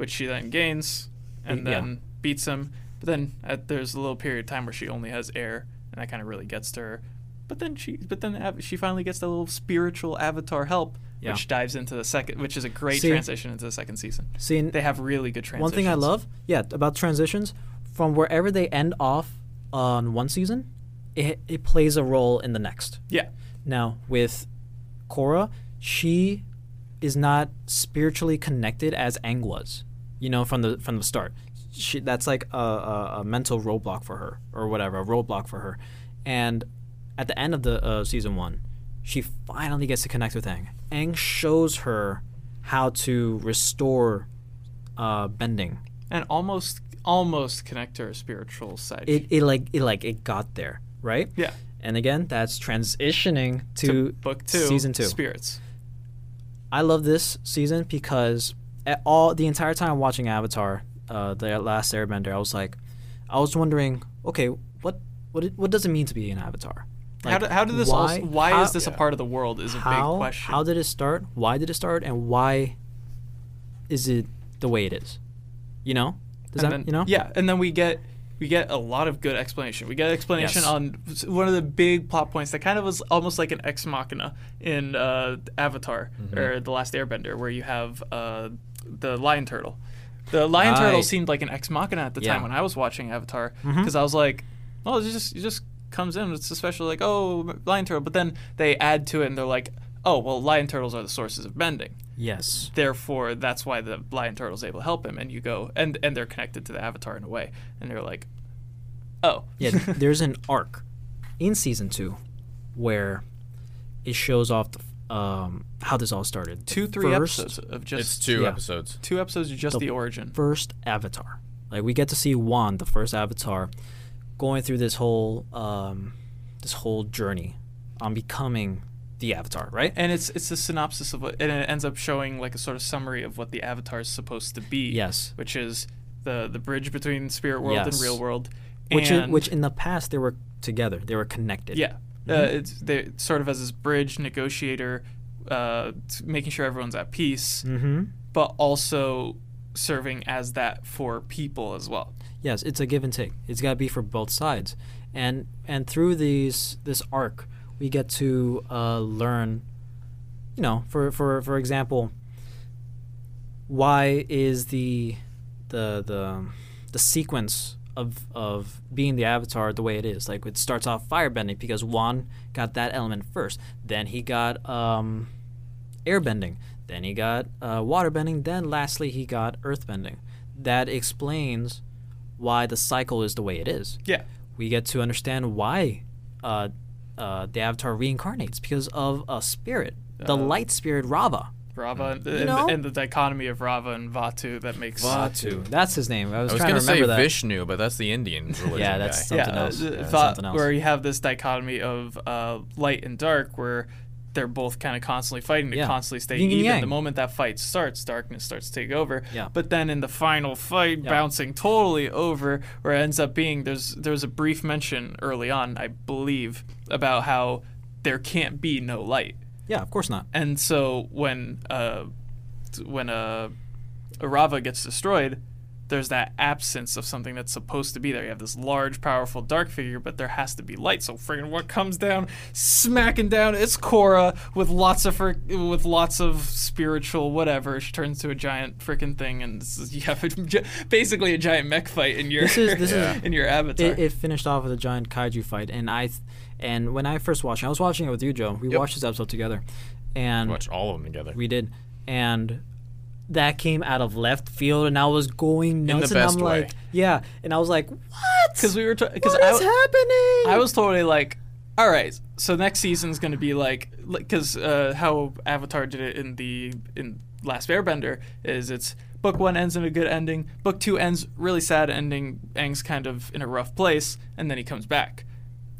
[SPEAKER 1] which she then gains and
[SPEAKER 2] Yeah.
[SPEAKER 1] then beats him. But then at, there's a little period of time where she only has air, and that kind of really gets to her. But then she, but then av- she finally gets that little spiritual avatar help,
[SPEAKER 2] Yeah.
[SPEAKER 1] which dives into the second, which is a great
[SPEAKER 2] See-
[SPEAKER 1] transition into the second season.
[SPEAKER 2] See, and
[SPEAKER 1] They have really good transitions.
[SPEAKER 2] one thing I love, yeah, about transitions from wherever they end off on one season, it it plays a role in the next.
[SPEAKER 1] Yeah,
[SPEAKER 2] Now, with Korra, she is not spiritually connected as Aang was, you know, from the from the start. She, that's like a, a, a mental roadblock for her, or whatever, a roadblock for her. And at the end of the uh, season one, she finally gets to connect with Aang. Aang shows her how to restore uh, bending.
[SPEAKER 1] and almost almost connect to her spiritual side.
[SPEAKER 2] It, it like it like it got there, right?
[SPEAKER 1] yeah,
[SPEAKER 2] And again, that's transitioning to,
[SPEAKER 1] book two,
[SPEAKER 2] season two,
[SPEAKER 1] spirits.
[SPEAKER 2] I love this season because at all the entire time watching Avatar, uh, the last Airbender, I was like, I was wondering, okay, what what it, what does it mean to be an Avatar?
[SPEAKER 1] how,
[SPEAKER 2] Like,
[SPEAKER 1] do, how did this?
[SPEAKER 2] why-
[SPEAKER 1] also, why
[SPEAKER 2] how-
[SPEAKER 1] is this a part of the world? Is a
[SPEAKER 2] how,
[SPEAKER 1] big question.
[SPEAKER 2] How did it start? Why did it start? And why is it the way it is? You know, does
[SPEAKER 1] and
[SPEAKER 2] that
[SPEAKER 1] then-
[SPEAKER 2] you know?
[SPEAKER 1] Yeah, and then we get we get a lot of good explanation. We get explanation
[SPEAKER 2] Yes.
[SPEAKER 1] on s- one of the big plot points that kind of was almost like an ex machina in uh, Avatar
[SPEAKER 2] Mm-hmm.
[SPEAKER 1] or The Last Airbender, where you have uh, the lion turtle. The lion turtle
[SPEAKER 2] Right.
[SPEAKER 1] seemed like an ex machina at the
[SPEAKER 2] Yeah. Mm-hmm.
[SPEAKER 1] time when I was watching Avatar because I was like, well, it just it just comes in. It's especially like oh lion turtle, but then they add to it and they're like. Oh well, lion turtles are the sources of bending
[SPEAKER 2] Yes.
[SPEAKER 1] therefore that's why the lion turtle's able to help him and you go and and they're connected to the avatar in a way and they're like oh [LAUGHS]
[SPEAKER 2] Yeah. there's an arc in season two where it shows off the, um, how this all started. The
[SPEAKER 1] two three
[SPEAKER 2] first-
[SPEAKER 1] episodes of
[SPEAKER 4] It's
[SPEAKER 1] just
[SPEAKER 4] two
[SPEAKER 2] yeah.
[SPEAKER 4] episodes.
[SPEAKER 1] two episodes of just the, origin
[SPEAKER 2] first avatar. Like we get to see Juan, the first avatar, going through this whole um, this whole journey on becoming the avatar, right?
[SPEAKER 1] and it's it's a synopsis of what and it ends up showing like a sort of summary of what the avatar is supposed to be
[SPEAKER 2] Yes.
[SPEAKER 1] which is the the bridge between spirit world and
[SPEAKER 2] Yes.
[SPEAKER 1] real world
[SPEAKER 2] Which i-
[SPEAKER 1] and,
[SPEAKER 2] which in the Mm-hmm. past they were together, they were connected.
[SPEAKER 1] Yeah, uh, it's they sort of as this bridge negotiator, uh, t- making sure everyone's at peace,
[SPEAKER 2] Mm-hmm.
[SPEAKER 1] but also serving as that for people as well.
[SPEAKER 2] Yes, it's a give and take. It's got to be for both sides, and and through these this arc, we get to uh, learn, you know, for for for example, why is the the the the sequence of of being the avatar the way it is? Like it starts off firebending because Juan got that element first, then he got um, airbending. Then he got uh, waterbending. Then lastly, he got earthbending. That explains why the cycle is the way it is.
[SPEAKER 1] Yeah,
[SPEAKER 2] We get to understand why uh, uh, the avatar reincarnates because of a spirit, the light spirit Rava.
[SPEAKER 1] Rava and, and,
[SPEAKER 2] know-
[SPEAKER 1] and the dichotomy of Rava and Vatu that makes
[SPEAKER 2] Vatu. That's his name. I was,
[SPEAKER 4] I was
[SPEAKER 2] trying to
[SPEAKER 4] gonna say
[SPEAKER 2] remember that.
[SPEAKER 4] Vishnu, but that's the Indian religion
[SPEAKER 2] [LAUGHS] Yeah, that's
[SPEAKER 4] guy.
[SPEAKER 1] yeah,
[SPEAKER 2] something else.
[SPEAKER 1] uh,
[SPEAKER 2] Yeah,
[SPEAKER 1] Va-
[SPEAKER 2] something else.
[SPEAKER 1] where you have this dichotomy of uh, light and dark where they're both kind of constantly fighting to
[SPEAKER 2] Yeah.
[SPEAKER 1] constantly stay
[SPEAKER 2] Yin and
[SPEAKER 1] even.
[SPEAKER 2] yang.
[SPEAKER 1] The moment that fight starts, darkness starts to take over.
[SPEAKER 2] Yeah.
[SPEAKER 1] But then in the final fight, bouncing totally over, where it ends up being there's there's a brief mention early on, I believe, about how there can't be no light.
[SPEAKER 2] Yeah, of course not.
[SPEAKER 1] And so when uh, t- when uh, Arava gets destroyed, there's that absence of something that's supposed to be there. You have this large, powerful dark figure, but there has to be light. So friggin' what comes down, smacking down, it's Korra with lots of frick with lots of spiritual whatever. She turns to a giant freaking thing, and this is, [LAUGHS] you have a gi- basically a giant mech fight in your
[SPEAKER 2] This is-
[SPEAKER 1] [LAUGHS]
[SPEAKER 2] this is-
[SPEAKER 1] in your avatar.
[SPEAKER 2] It, it finished off with a giant kaiju fight, and I, th- and when I first watched, it, I was watching it with you, Joe. We watched this episode together, and
[SPEAKER 4] Watch all of them together.
[SPEAKER 2] we did, and that came out of left field, and I was going
[SPEAKER 4] the
[SPEAKER 2] nuts, and
[SPEAKER 4] best
[SPEAKER 2] I'm
[SPEAKER 4] way.
[SPEAKER 2] like, yeah, and I was like, what?
[SPEAKER 1] because we were because
[SPEAKER 2] What is happening?
[SPEAKER 1] I was totally like, all right, so next season's gonna be like, because uh, how Avatar did it in the in Last Airbender is it's book one ends in a good ending, book two ends really sad ending, Aang's kind of in a rough place, and then he comes back.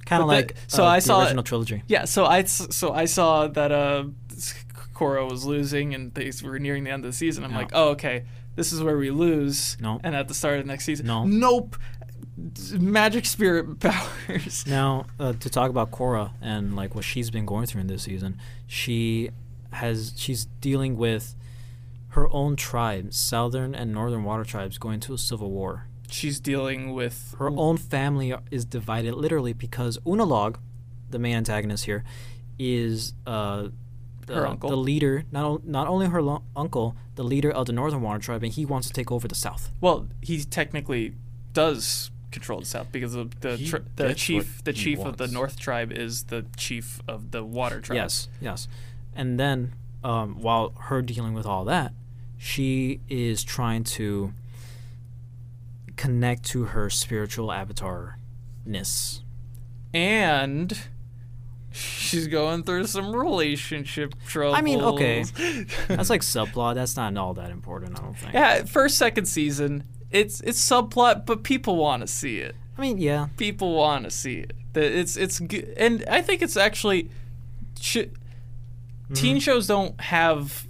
[SPEAKER 2] kind of
[SPEAKER 1] but the-
[SPEAKER 2] like
[SPEAKER 1] so
[SPEAKER 2] uh,
[SPEAKER 1] I
[SPEAKER 2] the
[SPEAKER 1] saw it-
[SPEAKER 2] original trilogy.
[SPEAKER 1] Yeah, so I so I saw that uh, Korra was losing, and they were nearing the end of the season. I'm like, oh okay, this is where we lose.
[SPEAKER 2] Nope.
[SPEAKER 1] And at the start of next season,
[SPEAKER 2] Nope.
[SPEAKER 1] nope. Magic spirit [LAUGHS] powers.
[SPEAKER 2] Now, uh, to talk about Cora and like what she's been going through in this season, she has she's dealing with her own tribe, southern and northern water tribes, going to a civil war.
[SPEAKER 1] She's dealing with
[SPEAKER 2] Her own family is divided literally because Unalog, the main antagonist here, is uh, the,
[SPEAKER 1] Her uncle.
[SPEAKER 2] the leader. Not o- not only her lo- uncle, the leader of the northern water tribe, and he wants to take over the south.
[SPEAKER 1] Well, he technically does control the South because of the
[SPEAKER 4] He-
[SPEAKER 1] tr- the
[SPEAKER 4] that's
[SPEAKER 1] chief
[SPEAKER 4] what
[SPEAKER 1] the
[SPEAKER 4] he
[SPEAKER 1] chief of the
[SPEAKER 4] wants.
[SPEAKER 1] North tribe is the chief of the Water tribe.
[SPEAKER 2] Yes, yes. And then um, while her dealing with all that, she is trying to connect to her spiritual avatar-ness.
[SPEAKER 1] and she's going through some relationship troubles.
[SPEAKER 2] I
[SPEAKER 1] [LAUGHS]
[SPEAKER 2] mean, okay. That's like subplot. That's not all that important, I don't think.
[SPEAKER 1] yeah, first second season, it's it's subplot, but people want to see it.
[SPEAKER 2] I mean, yeah.
[SPEAKER 1] people want to see it. The- It's it's good, and I think it's actually, sh- teen shows don't have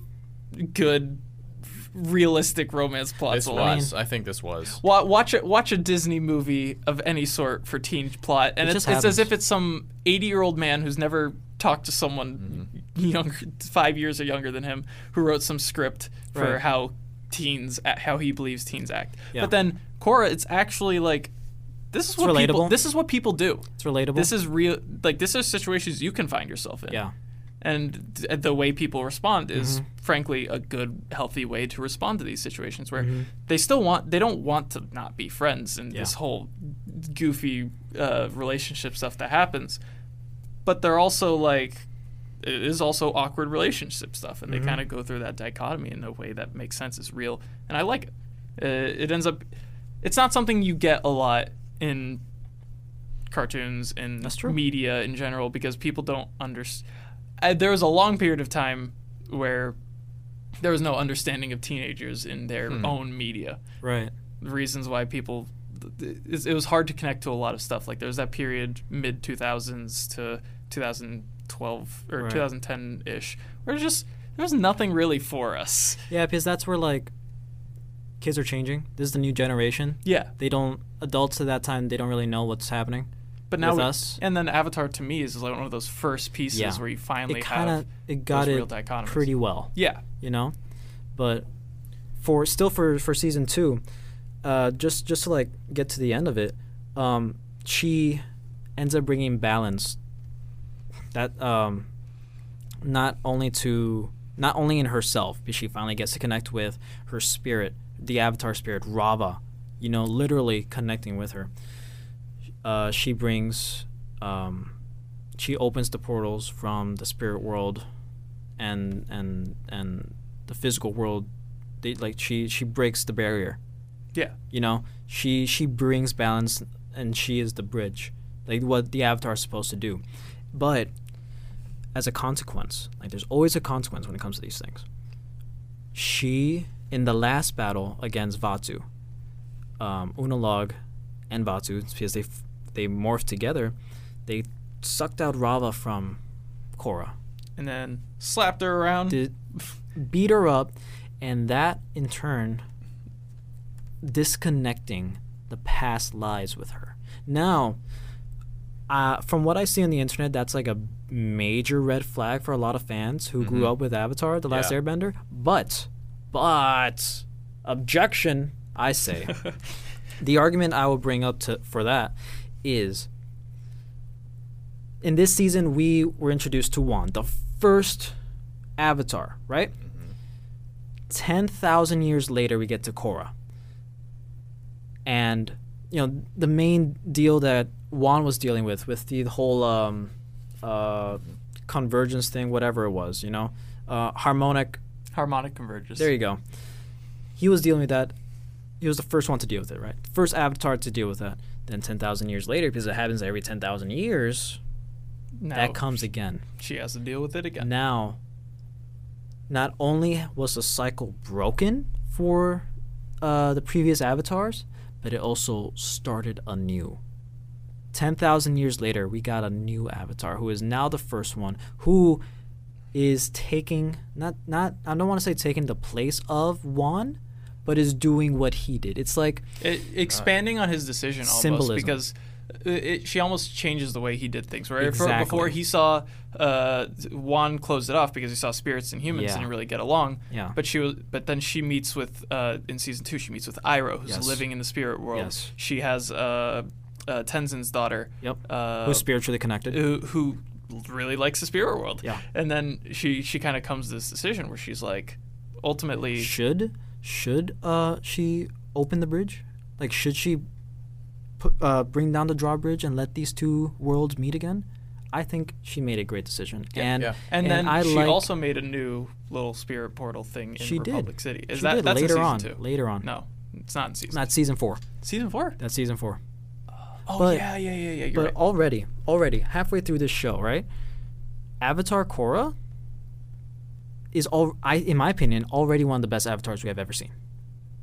[SPEAKER 1] good, realistic romance plots
[SPEAKER 4] This
[SPEAKER 1] a lot.
[SPEAKER 4] was. I think this was.
[SPEAKER 1] Wa- Watch a, watch a Disney movie of any sort for teen plot, and
[SPEAKER 2] It
[SPEAKER 1] it's,
[SPEAKER 2] just
[SPEAKER 1] it's as
[SPEAKER 2] happens.
[SPEAKER 1] if it's some eighty year old man who's never talked to someone
[SPEAKER 2] Mm-hmm.
[SPEAKER 1] younger, five years or younger than him, who wrote some script for
[SPEAKER 2] Right.
[SPEAKER 1] how teens, a- how he believes teens act.
[SPEAKER 2] Yeah.
[SPEAKER 1] But then Cora, it's actually like, this is what people,
[SPEAKER 2] relatable.
[SPEAKER 1] this is what people do.
[SPEAKER 2] It's relatable.
[SPEAKER 1] This is real. Like this are situations you can find yourself in.
[SPEAKER 2] yeah.
[SPEAKER 1] And th- uh, the way people respond
[SPEAKER 2] Mm-hmm.
[SPEAKER 1] is, frankly, a good, healthy way to respond to these situations where they still want, they don't want to not be friends and this
[SPEAKER 2] Mm-hmm. Yeah.
[SPEAKER 1] whole goofy uh, relationship stuff that happens. But they're also like, it is also awkward relationship stuff. And they
[SPEAKER 2] Mm-hmm.
[SPEAKER 1] kind of go through that dichotomy in a way that makes sense, is real. And I like it. Uh, it ends up, it's not something you get a lot in cartoons and
[SPEAKER 2] That's true.
[SPEAKER 1] media in general because people don't understand. There was a long period of time where there was no understanding of teenagers in their
[SPEAKER 2] Hmm.
[SPEAKER 1] own media.
[SPEAKER 2] Right.
[SPEAKER 1] The reasons why people, th- th- it was hard to connect to a lot of stuff. Like there was that period mid 2000s to 2012 or
[SPEAKER 2] Right.
[SPEAKER 1] 2010 ish where just there was nothing really for us.
[SPEAKER 2] Yeah, because that's where like kids are changing. This is the new generation.
[SPEAKER 1] Yeah,
[SPEAKER 2] They don't adults at that time, they don't really know what's happening.
[SPEAKER 1] but now
[SPEAKER 2] With
[SPEAKER 1] we-
[SPEAKER 2] us?
[SPEAKER 1] and then Avatar to me is like one of those first pieces
[SPEAKER 2] Yeah.
[SPEAKER 1] where you finally
[SPEAKER 2] It kind
[SPEAKER 1] have
[SPEAKER 2] of it got
[SPEAKER 1] those
[SPEAKER 2] it
[SPEAKER 1] real dichotomies.
[SPEAKER 2] pretty well.
[SPEAKER 1] yeah
[SPEAKER 2] you know but for still for for season two uh just just to like get to the end of it um she ends up bringing balance that um not only to not only in herself but she finally gets to connect with her spirit the avatar spirit rava you know literally connecting with her uh she brings um she opens the portals from the spirit world and and and the physical world they like she she breaks the barrier
[SPEAKER 1] yeah.
[SPEAKER 2] you know she she brings balance and she is the bridge like what the avatar is supposed to do but as a consequence like there's always a consequence when it comes to these things she in the last battle against vatu um, unalog and vatu it's because they f- they morphed together they sucked out rava from korra
[SPEAKER 1] and then slapped her around. [LAUGHS]
[SPEAKER 2] to beat her up, and that in turn disconnecting the past lies with her. Now, uh, from what I see on the internet, that's like a major red flag for a lot of fans who grew up with Avatar: The Last
[SPEAKER 4] Yeah.
[SPEAKER 2] Airbender. But, but, objection!
[SPEAKER 1] [LAUGHS]
[SPEAKER 2] I say, the argument I will bring up to for that is in this season we were introduced to Wan, the first Avatar, right? Ten thousand years later, we get to Korra, and you know the main deal that Wan was dealing with, with the whole um, uh, convergence thing, whatever it was, you know, uh, harmonic
[SPEAKER 1] Harmonic converges.
[SPEAKER 2] there you go. He was dealing with that. He was the first one to deal with it, right? First avatar to deal with that. Then 10,000 years later, because it happens every 10,000 years,
[SPEAKER 1] now,
[SPEAKER 2] that comes again.
[SPEAKER 1] She has to deal with it again.
[SPEAKER 2] Now, not only was the cycle broken for uh, the previous avatars, but it also started anew. 10,000 years later, we got a new avatar who is now the first one who is taking not not I don't want to say taking the place of Wan, but is doing what he did. It's like
[SPEAKER 1] It, E, expanding on his decision almost
[SPEAKER 2] Symbolism.
[SPEAKER 1] because uh, it, it, she almost changes the way he did things. Right Before-
[SPEAKER 2] Exactly.
[SPEAKER 1] before he saw uh, Juan close it off because he saw spirits and humans
[SPEAKER 2] Yeah.
[SPEAKER 1] didn't really get along.
[SPEAKER 2] Yeah.
[SPEAKER 1] But she was, but then she meets with uh, in season two. She meets with Iroh, who's
[SPEAKER 2] Yes.
[SPEAKER 1] living in the spirit world.
[SPEAKER 2] Yes.
[SPEAKER 1] She has uh, uh, Tenzin's daughter.
[SPEAKER 2] yep,
[SPEAKER 1] Uh,
[SPEAKER 2] who's spiritually connected.
[SPEAKER 1] who who really likes the spirit world.
[SPEAKER 2] Yeah.
[SPEAKER 1] And then she she kind of comes to this decision where she's like, ultimately,
[SPEAKER 2] should should uh she open the bridge? Like should she put, uh, bring down the drawbridge and let these two worlds meet again? I think she made a great decision. and
[SPEAKER 4] yeah.
[SPEAKER 1] and, then
[SPEAKER 2] I
[SPEAKER 1] she
[SPEAKER 2] like,
[SPEAKER 1] also made a new little spirit portal thing in
[SPEAKER 2] She did.
[SPEAKER 1] Republic City. Is
[SPEAKER 2] She
[SPEAKER 1] that
[SPEAKER 2] did
[SPEAKER 1] that's in
[SPEAKER 2] later
[SPEAKER 1] season
[SPEAKER 2] on.
[SPEAKER 1] two?
[SPEAKER 2] Later on.
[SPEAKER 1] No, it's not in season.
[SPEAKER 2] Not season 4.
[SPEAKER 1] season four.
[SPEAKER 2] That's season 4.
[SPEAKER 1] Oh
[SPEAKER 2] but-
[SPEAKER 1] yeah, yeah, yeah, yeah. You're
[SPEAKER 2] But
[SPEAKER 1] right.
[SPEAKER 2] already, already halfway through this show, right? Avatar Korra is all I in my opinion already one of the best avatars we have ever seen.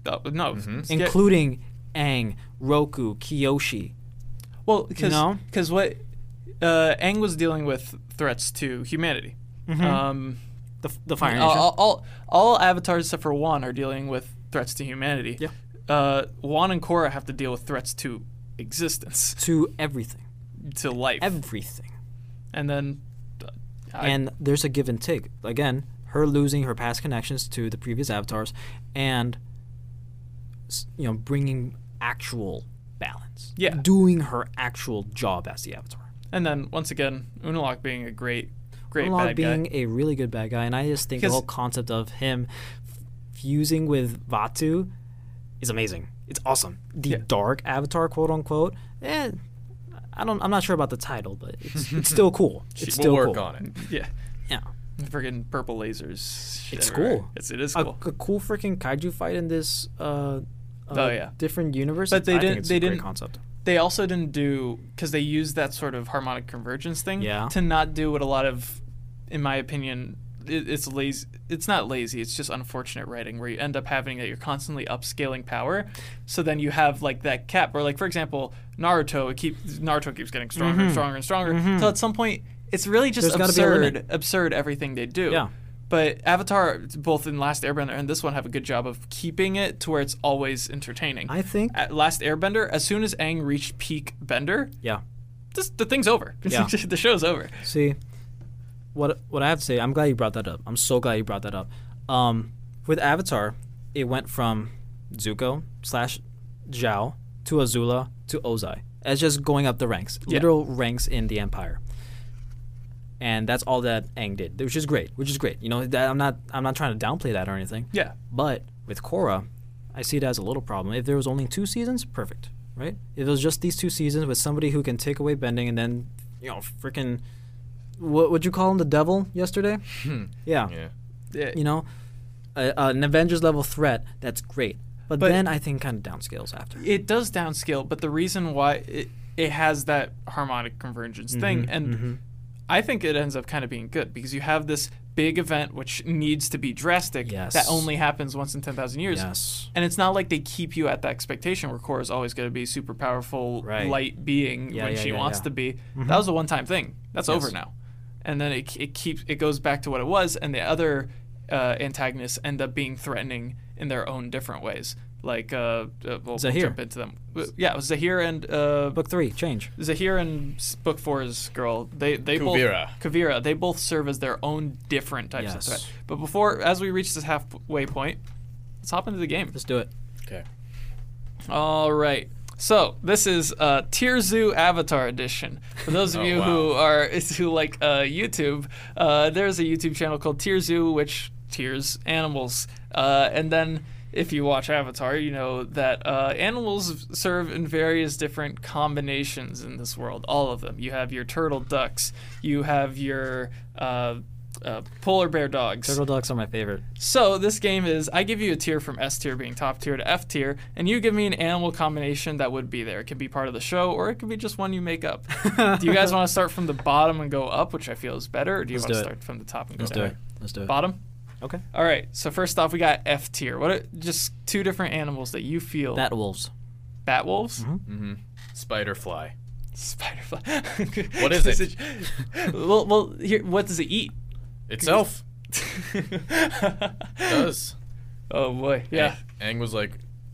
[SPEAKER 1] Uh, no, it's- yeah,
[SPEAKER 2] Including Aang, Roku, Kyoshi.
[SPEAKER 1] well, because
[SPEAKER 2] No.
[SPEAKER 1] what uh, Aang was dealing with threats to humanity.
[SPEAKER 2] Mm-hmm.
[SPEAKER 1] Um,
[SPEAKER 2] The, f- the Fire Nation.
[SPEAKER 1] Uh, all, all all avatars except for Wan are dealing with threats to humanity.
[SPEAKER 2] Yeah.
[SPEAKER 1] Uh, Wan and Korra have to deal with threats to existence,
[SPEAKER 2] to everything.
[SPEAKER 1] to life,
[SPEAKER 2] Everything.
[SPEAKER 1] and then uh, I-
[SPEAKER 2] and there's a give and take. Again, her losing her past connections to the previous avatars and s- you know, bringing actual balance.
[SPEAKER 1] Yeah.
[SPEAKER 2] Doing her actual job as the avatar.
[SPEAKER 1] and then once again, Unalaq being a great, great
[SPEAKER 2] Unalaq
[SPEAKER 1] bad
[SPEAKER 2] being
[SPEAKER 1] guy.
[SPEAKER 2] a really good bad guy and I just think the
[SPEAKER 1] 'Cause-
[SPEAKER 2] whole concept of him f- fusing with Vatu is amazing. It's awesome. The
[SPEAKER 1] Yeah.
[SPEAKER 2] dark avatar, quote unquote. Eh, I don't I'm not sure about the title, but it's, it's still
[SPEAKER 1] [LAUGHS]
[SPEAKER 2] cool. It's
[SPEAKER 4] we'll
[SPEAKER 2] still
[SPEAKER 4] work
[SPEAKER 2] cool.
[SPEAKER 4] on it.
[SPEAKER 1] Yeah.
[SPEAKER 2] Yeah.
[SPEAKER 1] Friggin' purple lasers. shit
[SPEAKER 2] It's
[SPEAKER 1] everywhere.
[SPEAKER 2] cool.
[SPEAKER 1] It's it is
[SPEAKER 2] a,
[SPEAKER 1] cool.
[SPEAKER 2] a cool freaking kaiju fight in this uh, uh,
[SPEAKER 1] Oh, yeah.
[SPEAKER 2] different universe.
[SPEAKER 1] But they
[SPEAKER 2] I think
[SPEAKER 1] didn't-
[SPEAKER 2] it's
[SPEAKER 1] they
[SPEAKER 2] a great
[SPEAKER 1] didn't-
[SPEAKER 2] concept.
[SPEAKER 1] they also didn't do because they used that sort of harmonic convergence thing
[SPEAKER 2] Yeah.
[SPEAKER 1] to not do what a lot of, in my opinion, it, it's lazy. It's not lazy. It's just unfortunate writing where you end up having that you're constantly upscaling power, so then you have like that cap where like for example Naruto it keep Naruto keeps getting stronger and stronger and stronger until at some point it's really just
[SPEAKER 2] Mm-hmm. There's gotta be a
[SPEAKER 1] absurd
[SPEAKER 2] limit.
[SPEAKER 1] absurd everything they do.
[SPEAKER 2] Yeah.
[SPEAKER 1] But Avatar, both in Last Airbender and this one, have a good job of keeping it to where it's always entertaining
[SPEAKER 2] I think
[SPEAKER 1] at Last Airbender, as soon as Aang reached peak Bender,
[SPEAKER 2] yeah.
[SPEAKER 1] this, the thing's over. [LAUGHS]
[SPEAKER 2] Yeah.
[SPEAKER 1] the show's over.
[SPEAKER 2] See, what what I have to say, I'm glad you brought that up. I'm so glad you brought that up. Um, with Avatar, it went from Zuko slash Zhao to Azula to Ozai. It's just going up the ranks,
[SPEAKER 1] Yeah.
[SPEAKER 2] literal ranks in the Empire. And that's all that Aang did, which is great. Which is great. You know, that, I'm not I'm not trying to downplay that or anything.
[SPEAKER 1] Yeah.
[SPEAKER 2] But with Korra, I see it as a little problem. If there was only two seasons, perfect, right? If it was just these two seasons with somebody who can take away bending and then, you know, freaking, what would you call him, the devil yesterday? yeah.
[SPEAKER 4] [CLEARS THROAT] Yeah.
[SPEAKER 1] Yeah.
[SPEAKER 2] You know, a, an Avengers level threat, that's great. But,
[SPEAKER 1] But-
[SPEAKER 2] then I think kind of downscales after.
[SPEAKER 1] It does downscale, but the reason why it, it has that harmonic convergence
[SPEAKER 2] Mm-hmm,
[SPEAKER 1] thing, and I think it ends up kind of being good because you have this big event which needs to be drastic
[SPEAKER 2] Yes.
[SPEAKER 1] that only happens once in 10,000 years.
[SPEAKER 2] Yes.
[SPEAKER 1] And it's not like they keep you at that expectation where Korra is always going to be super powerful
[SPEAKER 2] Right.
[SPEAKER 1] light being
[SPEAKER 2] Yeah,
[SPEAKER 1] when
[SPEAKER 2] yeah,
[SPEAKER 1] she
[SPEAKER 2] yeah,
[SPEAKER 1] wants
[SPEAKER 2] yeah.
[SPEAKER 1] to be. That was a one time thing. That's
[SPEAKER 2] Yes.
[SPEAKER 1] over now. and then it it keeps it goes back to what it was, and the other uh, antagonists end up being threatening in their own different ways. Like uh, uh we'll
[SPEAKER 2] Zahir.
[SPEAKER 1] jump into them. Uh, Yeah, it was Zahir and uh,
[SPEAKER 2] Book three, change.
[SPEAKER 1] Zahir and s- Book Four's girl, they they
[SPEAKER 4] Kuvira.
[SPEAKER 1] both Kavira, they both serve as their own different types of
[SPEAKER 2] Yes.
[SPEAKER 1] threat. But before, as we reach this halfway point, let's hop into the game.
[SPEAKER 2] Let's do it.
[SPEAKER 4] Okay.
[SPEAKER 1] All right. So this is uh, Tier Zoo Avatar Edition. For those of
[SPEAKER 4] [LAUGHS] Oh,
[SPEAKER 1] you
[SPEAKER 4] wow.
[SPEAKER 1] who are [LAUGHS] who like uh, YouTube, uh, there's a YouTube channel called Tier Zoo, which tears animals. Uh, and then if you watch Avatar, you know that uh, animals serve in various different combinations in this world. All of them. You have your turtle ducks. You have your uh, uh, polar bear dogs.
[SPEAKER 2] Turtle dogs are my favorite.
[SPEAKER 1] So this game is I give you a tier from S tier being top tier to F tier, and you give me an animal combination that would be there. It could be part of the show, or it could be just one you make up. do you
[SPEAKER 2] [LAUGHS]
[SPEAKER 1] guys want to start from the bottom and go up, which I feel is better, or do you want
[SPEAKER 2] do
[SPEAKER 1] to
[SPEAKER 2] it.
[SPEAKER 1] start from the top and go
[SPEAKER 2] Let's do
[SPEAKER 1] down?
[SPEAKER 2] it. Let's do it.
[SPEAKER 1] Bottom.
[SPEAKER 2] Okay.
[SPEAKER 1] All right. So first off, we got F tier. What are just two different animals that you feel
[SPEAKER 2] Bat wolves.
[SPEAKER 1] bat wolves,
[SPEAKER 2] Uh-huh.
[SPEAKER 1] [LAUGHS]
[SPEAKER 4] Mm-hmm. Spiderfly.
[SPEAKER 1] spiderfly.
[SPEAKER 4] What is it?
[SPEAKER 1] [LAUGHS] well, well, here, what does it eat?
[SPEAKER 2] [LAUGHS]
[SPEAKER 4] Itself
[SPEAKER 1] [LAUGHS]
[SPEAKER 4] does.
[SPEAKER 1] oh boy, yeah.
[SPEAKER 4] Ang, Ang was like,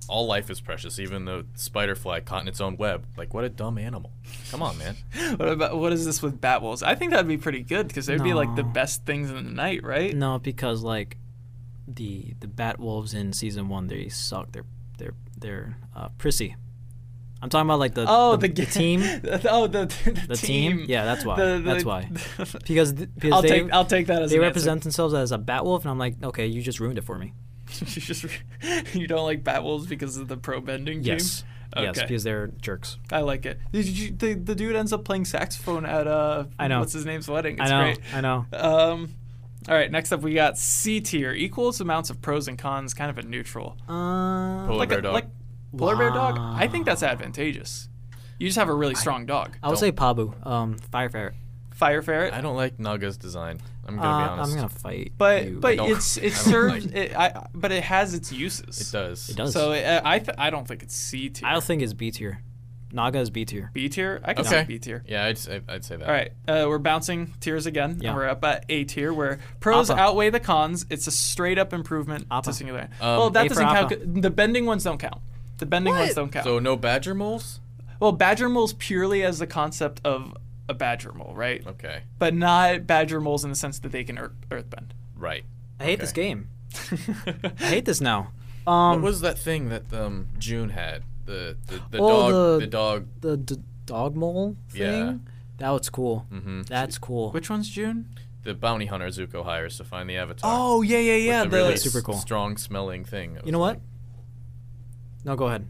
[SPEAKER 4] all life is precious, even the spiderfly caught in its own web. Like, what a dumb animal. Come on,
[SPEAKER 2] [LAUGHS]
[SPEAKER 4] man.
[SPEAKER 1] What about what is this with bat wolves? I think that'd be pretty good because they'd be like the best things in the night, right?
[SPEAKER 2] No, because like the the bat wolves in season one, they suck. They're they're they're uh, prissy. I'm talking about like the
[SPEAKER 1] Oh, the,
[SPEAKER 2] the, the team
[SPEAKER 1] oh, [LAUGHS] the the,
[SPEAKER 2] the team. Yeah, that's why.
[SPEAKER 1] The- the- [LAUGHS]
[SPEAKER 2] that's why. Because, th- because
[SPEAKER 1] I'll
[SPEAKER 2] they,
[SPEAKER 1] take I'll take that as
[SPEAKER 2] they
[SPEAKER 1] an answer.
[SPEAKER 2] represent themselves as a bat wolf, and I'm like, okay, you just ruined it for me.
[SPEAKER 1] [LAUGHS] you just you don't like bat wolves because of the pro bending game.
[SPEAKER 2] Yes. Yes,
[SPEAKER 1] Okay.
[SPEAKER 2] because they're jerks.
[SPEAKER 1] I like it. Did you, the, the dude ends up playing saxophone at uh
[SPEAKER 2] I know.
[SPEAKER 1] what's his name's wedding.
[SPEAKER 2] I
[SPEAKER 1] It's
[SPEAKER 2] know.
[SPEAKER 1] great.
[SPEAKER 4] [LAUGHS]
[SPEAKER 2] I know.
[SPEAKER 1] Um, all right. Next up, we got C tier. Equals amounts of pros and cons. Kind of a neutral.
[SPEAKER 2] Uh,
[SPEAKER 4] Polar
[SPEAKER 1] like
[SPEAKER 4] bear
[SPEAKER 1] a,
[SPEAKER 4] dog.
[SPEAKER 1] like polar bear dog. I think that's advantageous. You just have a really strong dog.
[SPEAKER 2] I would say Pabu, um, fire ferret.
[SPEAKER 1] Fire ferret.
[SPEAKER 4] I don't like Naga's design. I'm
[SPEAKER 2] Uh,
[SPEAKER 4] gonna be honest.
[SPEAKER 2] I'm gonna fight.
[SPEAKER 1] but
[SPEAKER 2] you.
[SPEAKER 1] but
[SPEAKER 4] don't-
[SPEAKER 1] it's it
[SPEAKER 4] I don't
[SPEAKER 1] serves
[SPEAKER 4] like-
[SPEAKER 1] it, I, but it has its uses.
[SPEAKER 4] It does.
[SPEAKER 2] it does.
[SPEAKER 1] So uh, I th- I don't think it's C tier.
[SPEAKER 2] I don't think it's B tier. Naga is B tier.
[SPEAKER 1] B tier. I can
[SPEAKER 4] Okay.
[SPEAKER 1] see B tier.
[SPEAKER 4] Yeah, I'd say, I'd say that.
[SPEAKER 1] All right, uh, we're bouncing tiers again.
[SPEAKER 2] Yeah.
[SPEAKER 1] And we're up at A tier, where pros
[SPEAKER 2] Appa.
[SPEAKER 1] outweigh the cons. It's a straight up improvement
[SPEAKER 2] Appa.
[SPEAKER 1] to singular. well, that
[SPEAKER 2] A for
[SPEAKER 1] doesn't count.
[SPEAKER 2] Appa.
[SPEAKER 1] 'cause The bending ones don't count. The bending ones don't count.
[SPEAKER 4] So no badger moles?
[SPEAKER 1] well, badger moles purely as the concept of a badger mole, right?
[SPEAKER 4] Okay.
[SPEAKER 1] but not badger moles in the sense that they can earth, earthbend.
[SPEAKER 4] Right.
[SPEAKER 2] I hate this
[SPEAKER 4] Okay.
[SPEAKER 2] game. I hate this now.
[SPEAKER 4] What
[SPEAKER 2] Um,
[SPEAKER 4] was that thing that um June had? The the, the
[SPEAKER 2] Oh,
[SPEAKER 4] dog
[SPEAKER 2] the-
[SPEAKER 4] the dog
[SPEAKER 2] the d- dog mole thing.
[SPEAKER 4] Yeah.
[SPEAKER 2] That was cool. That's
[SPEAKER 1] [LAUGHS]
[SPEAKER 2] cool.
[SPEAKER 1] Which one's June?
[SPEAKER 4] the bounty hunter Zuko hires to find the avatar.
[SPEAKER 1] Oh yeah, yeah, yeah.
[SPEAKER 4] the,
[SPEAKER 1] the-
[SPEAKER 4] really
[SPEAKER 2] Super cool.
[SPEAKER 4] strong smelling thing. It was
[SPEAKER 2] you know
[SPEAKER 4] like-
[SPEAKER 2] what? No, go ahead.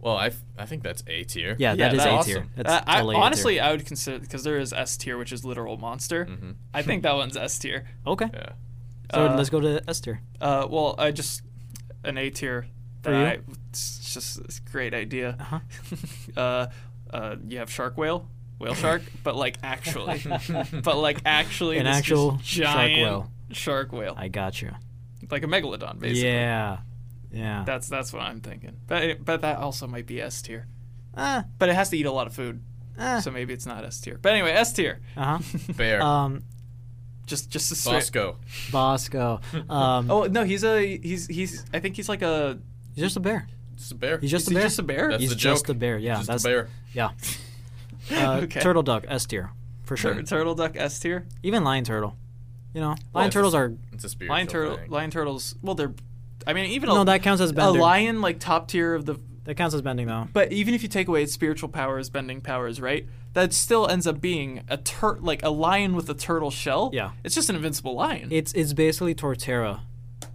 [SPEAKER 4] Well, I, f- I think that's A tier.
[SPEAKER 2] Yeah, that
[SPEAKER 1] Yeah,
[SPEAKER 2] is A
[SPEAKER 1] that's
[SPEAKER 2] tier.
[SPEAKER 4] awesome.
[SPEAKER 2] That's
[SPEAKER 1] Uh, I,
[SPEAKER 2] totally A tier.
[SPEAKER 1] honestly, I would consider because there is S tier, which is literal monster. I think that one's S tier.
[SPEAKER 2] okay.
[SPEAKER 4] Yeah.
[SPEAKER 2] Mm-hmm. So
[SPEAKER 1] uh,
[SPEAKER 2] let's go to S tier.
[SPEAKER 1] Uh, well, I just an A tier.
[SPEAKER 2] For you?
[SPEAKER 1] that I- It's just it's a great idea. Uh-huh. [LAUGHS] uh, uh, you have shark whale, whale shark, but like actually, but like actually,
[SPEAKER 2] An
[SPEAKER 1] this
[SPEAKER 2] actual
[SPEAKER 1] just
[SPEAKER 2] shark
[SPEAKER 1] giant
[SPEAKER 2] whale.
[SPEAKER 1] shark whale,
[SPEAKER 2] I got you.
[SPEAKER 1] like a megalodon, oh. basically.
[SPEAKER 2] Yeah. Yeah.
[SPEAKER 1] That's that's what I'm thinking. But but that also might be S tier.
[SPEAKER 2] Ah,
[SPEAKER 1] But it has to eat a lot of food. So maybe it's not S tier. But anyway, S tier. [LAUGHS]
[SPEAKER 2] Eh. uh-huh.
[SPEAKER 4] Bear.
[SPEAKER 2] Um,
[SPEAKER 1] Just just a straight.
[SPEAKER 4] Bosco.
[SPEAKER 2] Bosco. Um,
[SPEAKER 1] Oh no, he's a he's he's I think he's like a
[SPEAKER 2] he's just a bear.
[SPEAKER 4] It's a bear.
[SPEAKER 2] He's just
[SPEAKER 1] is
[SPEAKER 2] a
[SPEAKER 1] he
[SPEAKER 2] bear.
[SPEAKER 1] just a bear?
[SPEAKER 4] That's
[SPEAKER 2] he's
[SPEAKER 4] the
[SPEAKER 2] just
[SPEAKER 4] joke.
[SPEAKER 2] a bear. Yeah.
[SPEAKER 4] Just
[SPEAKER 2] that's
[SPEAKER 4] a bear.
[SPEAKER 2] [LAUGHS] Yeah. Uh,
[SPEAKER 1] [LAUGHS] Okay.
[SPEAKER 2] Turtle duck S tier for sure.
[SPEAKER 1] Tur- turtle duck S tier.
[SPEAKER 2] Even lion turtle. You know, lion
[SPEAKER 4] Well, if
[SPEAKER 2] turtles are
[SPEAKER 4] It's a spiritual
[SPEAKER 1] Lion turtle
[SPEAKER 4] thing.
[SPEAKER 1] lion turtles. Well, they're I mean even a,
[SPEAKER 2] no. That counts as
[SPEAKER 1] a
[SPEAKER 2] bending.
[SPEAKER 1] lion like top tier of the
[SPEAKER 2] That counts as bending though.
[SPEAKER 1] but even if you take away its spiritual powers, bending powers, right? That still ends up being a tur like a lion with a turtle shell.
[SPEAKER 2] Yeah.
[SPEAKER 1] It's just an invincible lion. [LAUGHS]
[SPEAKER 2] It's it's basically Torterra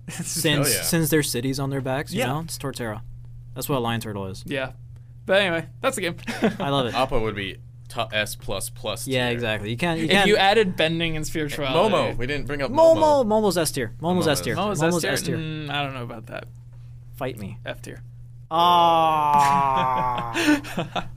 [SPEAKER 2] since
[SPEAKER 4] yeah.
[SPEAKER 2] since there's cities on their backs. You
[SPEAKER 1] Yeah.
[SPEAKER 2] know, it's Torterra. That's what a lion turtle is.
[SPEAKER 1] yeah. But anyway, that's
[SPEAKER 2] [LAUGHS]
[SPEAKER 1] the game.
[SPEAKER 2] I
[SPEAKER 4] [LAUGHS]
[SPEAKER 2] love it.
[SPEAKER 4] Appa would be top S plus plus.
[SPEAKER 2] yeah,
[SPEAKER 4] tier.
[SPEAKER 2] exactly. You can't. You
[SPEAKER 1] If
[SPEAKER 2] can't.
[SPEAKER 1] you added bending and spirituality.
[SPEAKER 4] Momo. We didn't bring up
[SPEAKER 2] Momo.
[SPEAKER 4] Momo.
[SPEAKER 2] Momo's S tier. Momo's S tier.
[SPEAKER 1] Momo's,
[SPEAKER 2] Momo's
[SPEAKER 1] S
[SPEAKER 2] S
[SPEAKER 1] tier.
[SPEAKER 2] tier.
[SPEAKER 1] Mm, I don't know about that.
[SPEAKER 2] Fight
[SPEAKER 4] [LAUGHS]
[SPEAKER 2] me.
[SPEAKER 1] F tier.
[SPEAKER 2] Ah.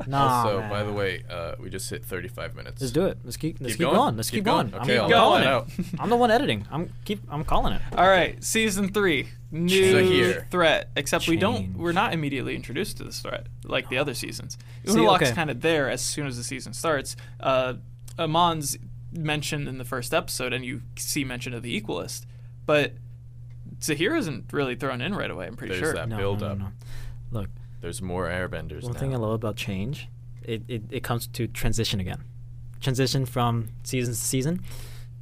[SPEAKER 2] nah.
[SPEAKER 4] So,
[SPEAKER 2] Ah, man.
[SPEAKER 4] by the way, uh, we just hit 35 minutes.
[SPEAKER 2] Let's do it. Let's keep. Let's keep,
[SPEAKER 4] going?
[SPEAKER 2] going. Let's keep,
[SPEAKER 4] Keep
[SPEAKER 2] going.
[SPEAKER 4] going? Okay,
[SPEAKER 2] I'm,
[SPEAKER 4] I'll
[SPEAKER 2] I'm
[SPEAKER 4] call
[SPEAKER 2] calling
[SPEAKER 4] it
[SPEAKER 2] it.
[SPEAKER 4] out.
[SPEAKER 2] I'm the one editing. I'm keep. I'm calling it.
[SPEAKER 1] All right, season three, new
[SPEAKER 4] Zahir.
[SPEAKER 1] threat. Except we don't.
[SPEAKER 2] Change.
[SPEAKER 1] We're not immediately introduced to this threat like the other seasons.
[SPEAKER 2] See,
[SPEAKER 1] Unalak's
[SPEAKER 2] okay.
[SPEAKER 1] kind of there as soon as the season starts. Uh, Amon's mentioned in the first episode and you see mention of the Equalist, but Zahir isn't really thrown in right away. I'm pretty
[SPEAKER 4] There's
[SPEAKER 1] sure.
[SPEAKER 4] that
[SPEAKER 2] No,
[SPEAKER 4] build
[SPEAKER 2] no, no,
[SPEAKER 4] up.
[SPEAKER 2] no. Look,
[SPEAKER 4] [LAUGHS] There's more airbenders
[SPEAKER 2] one
[SPEAKER 4] now.
[SPEAKER 2] thing I love about change, it, it, it comes to transition again. Transition from season to season.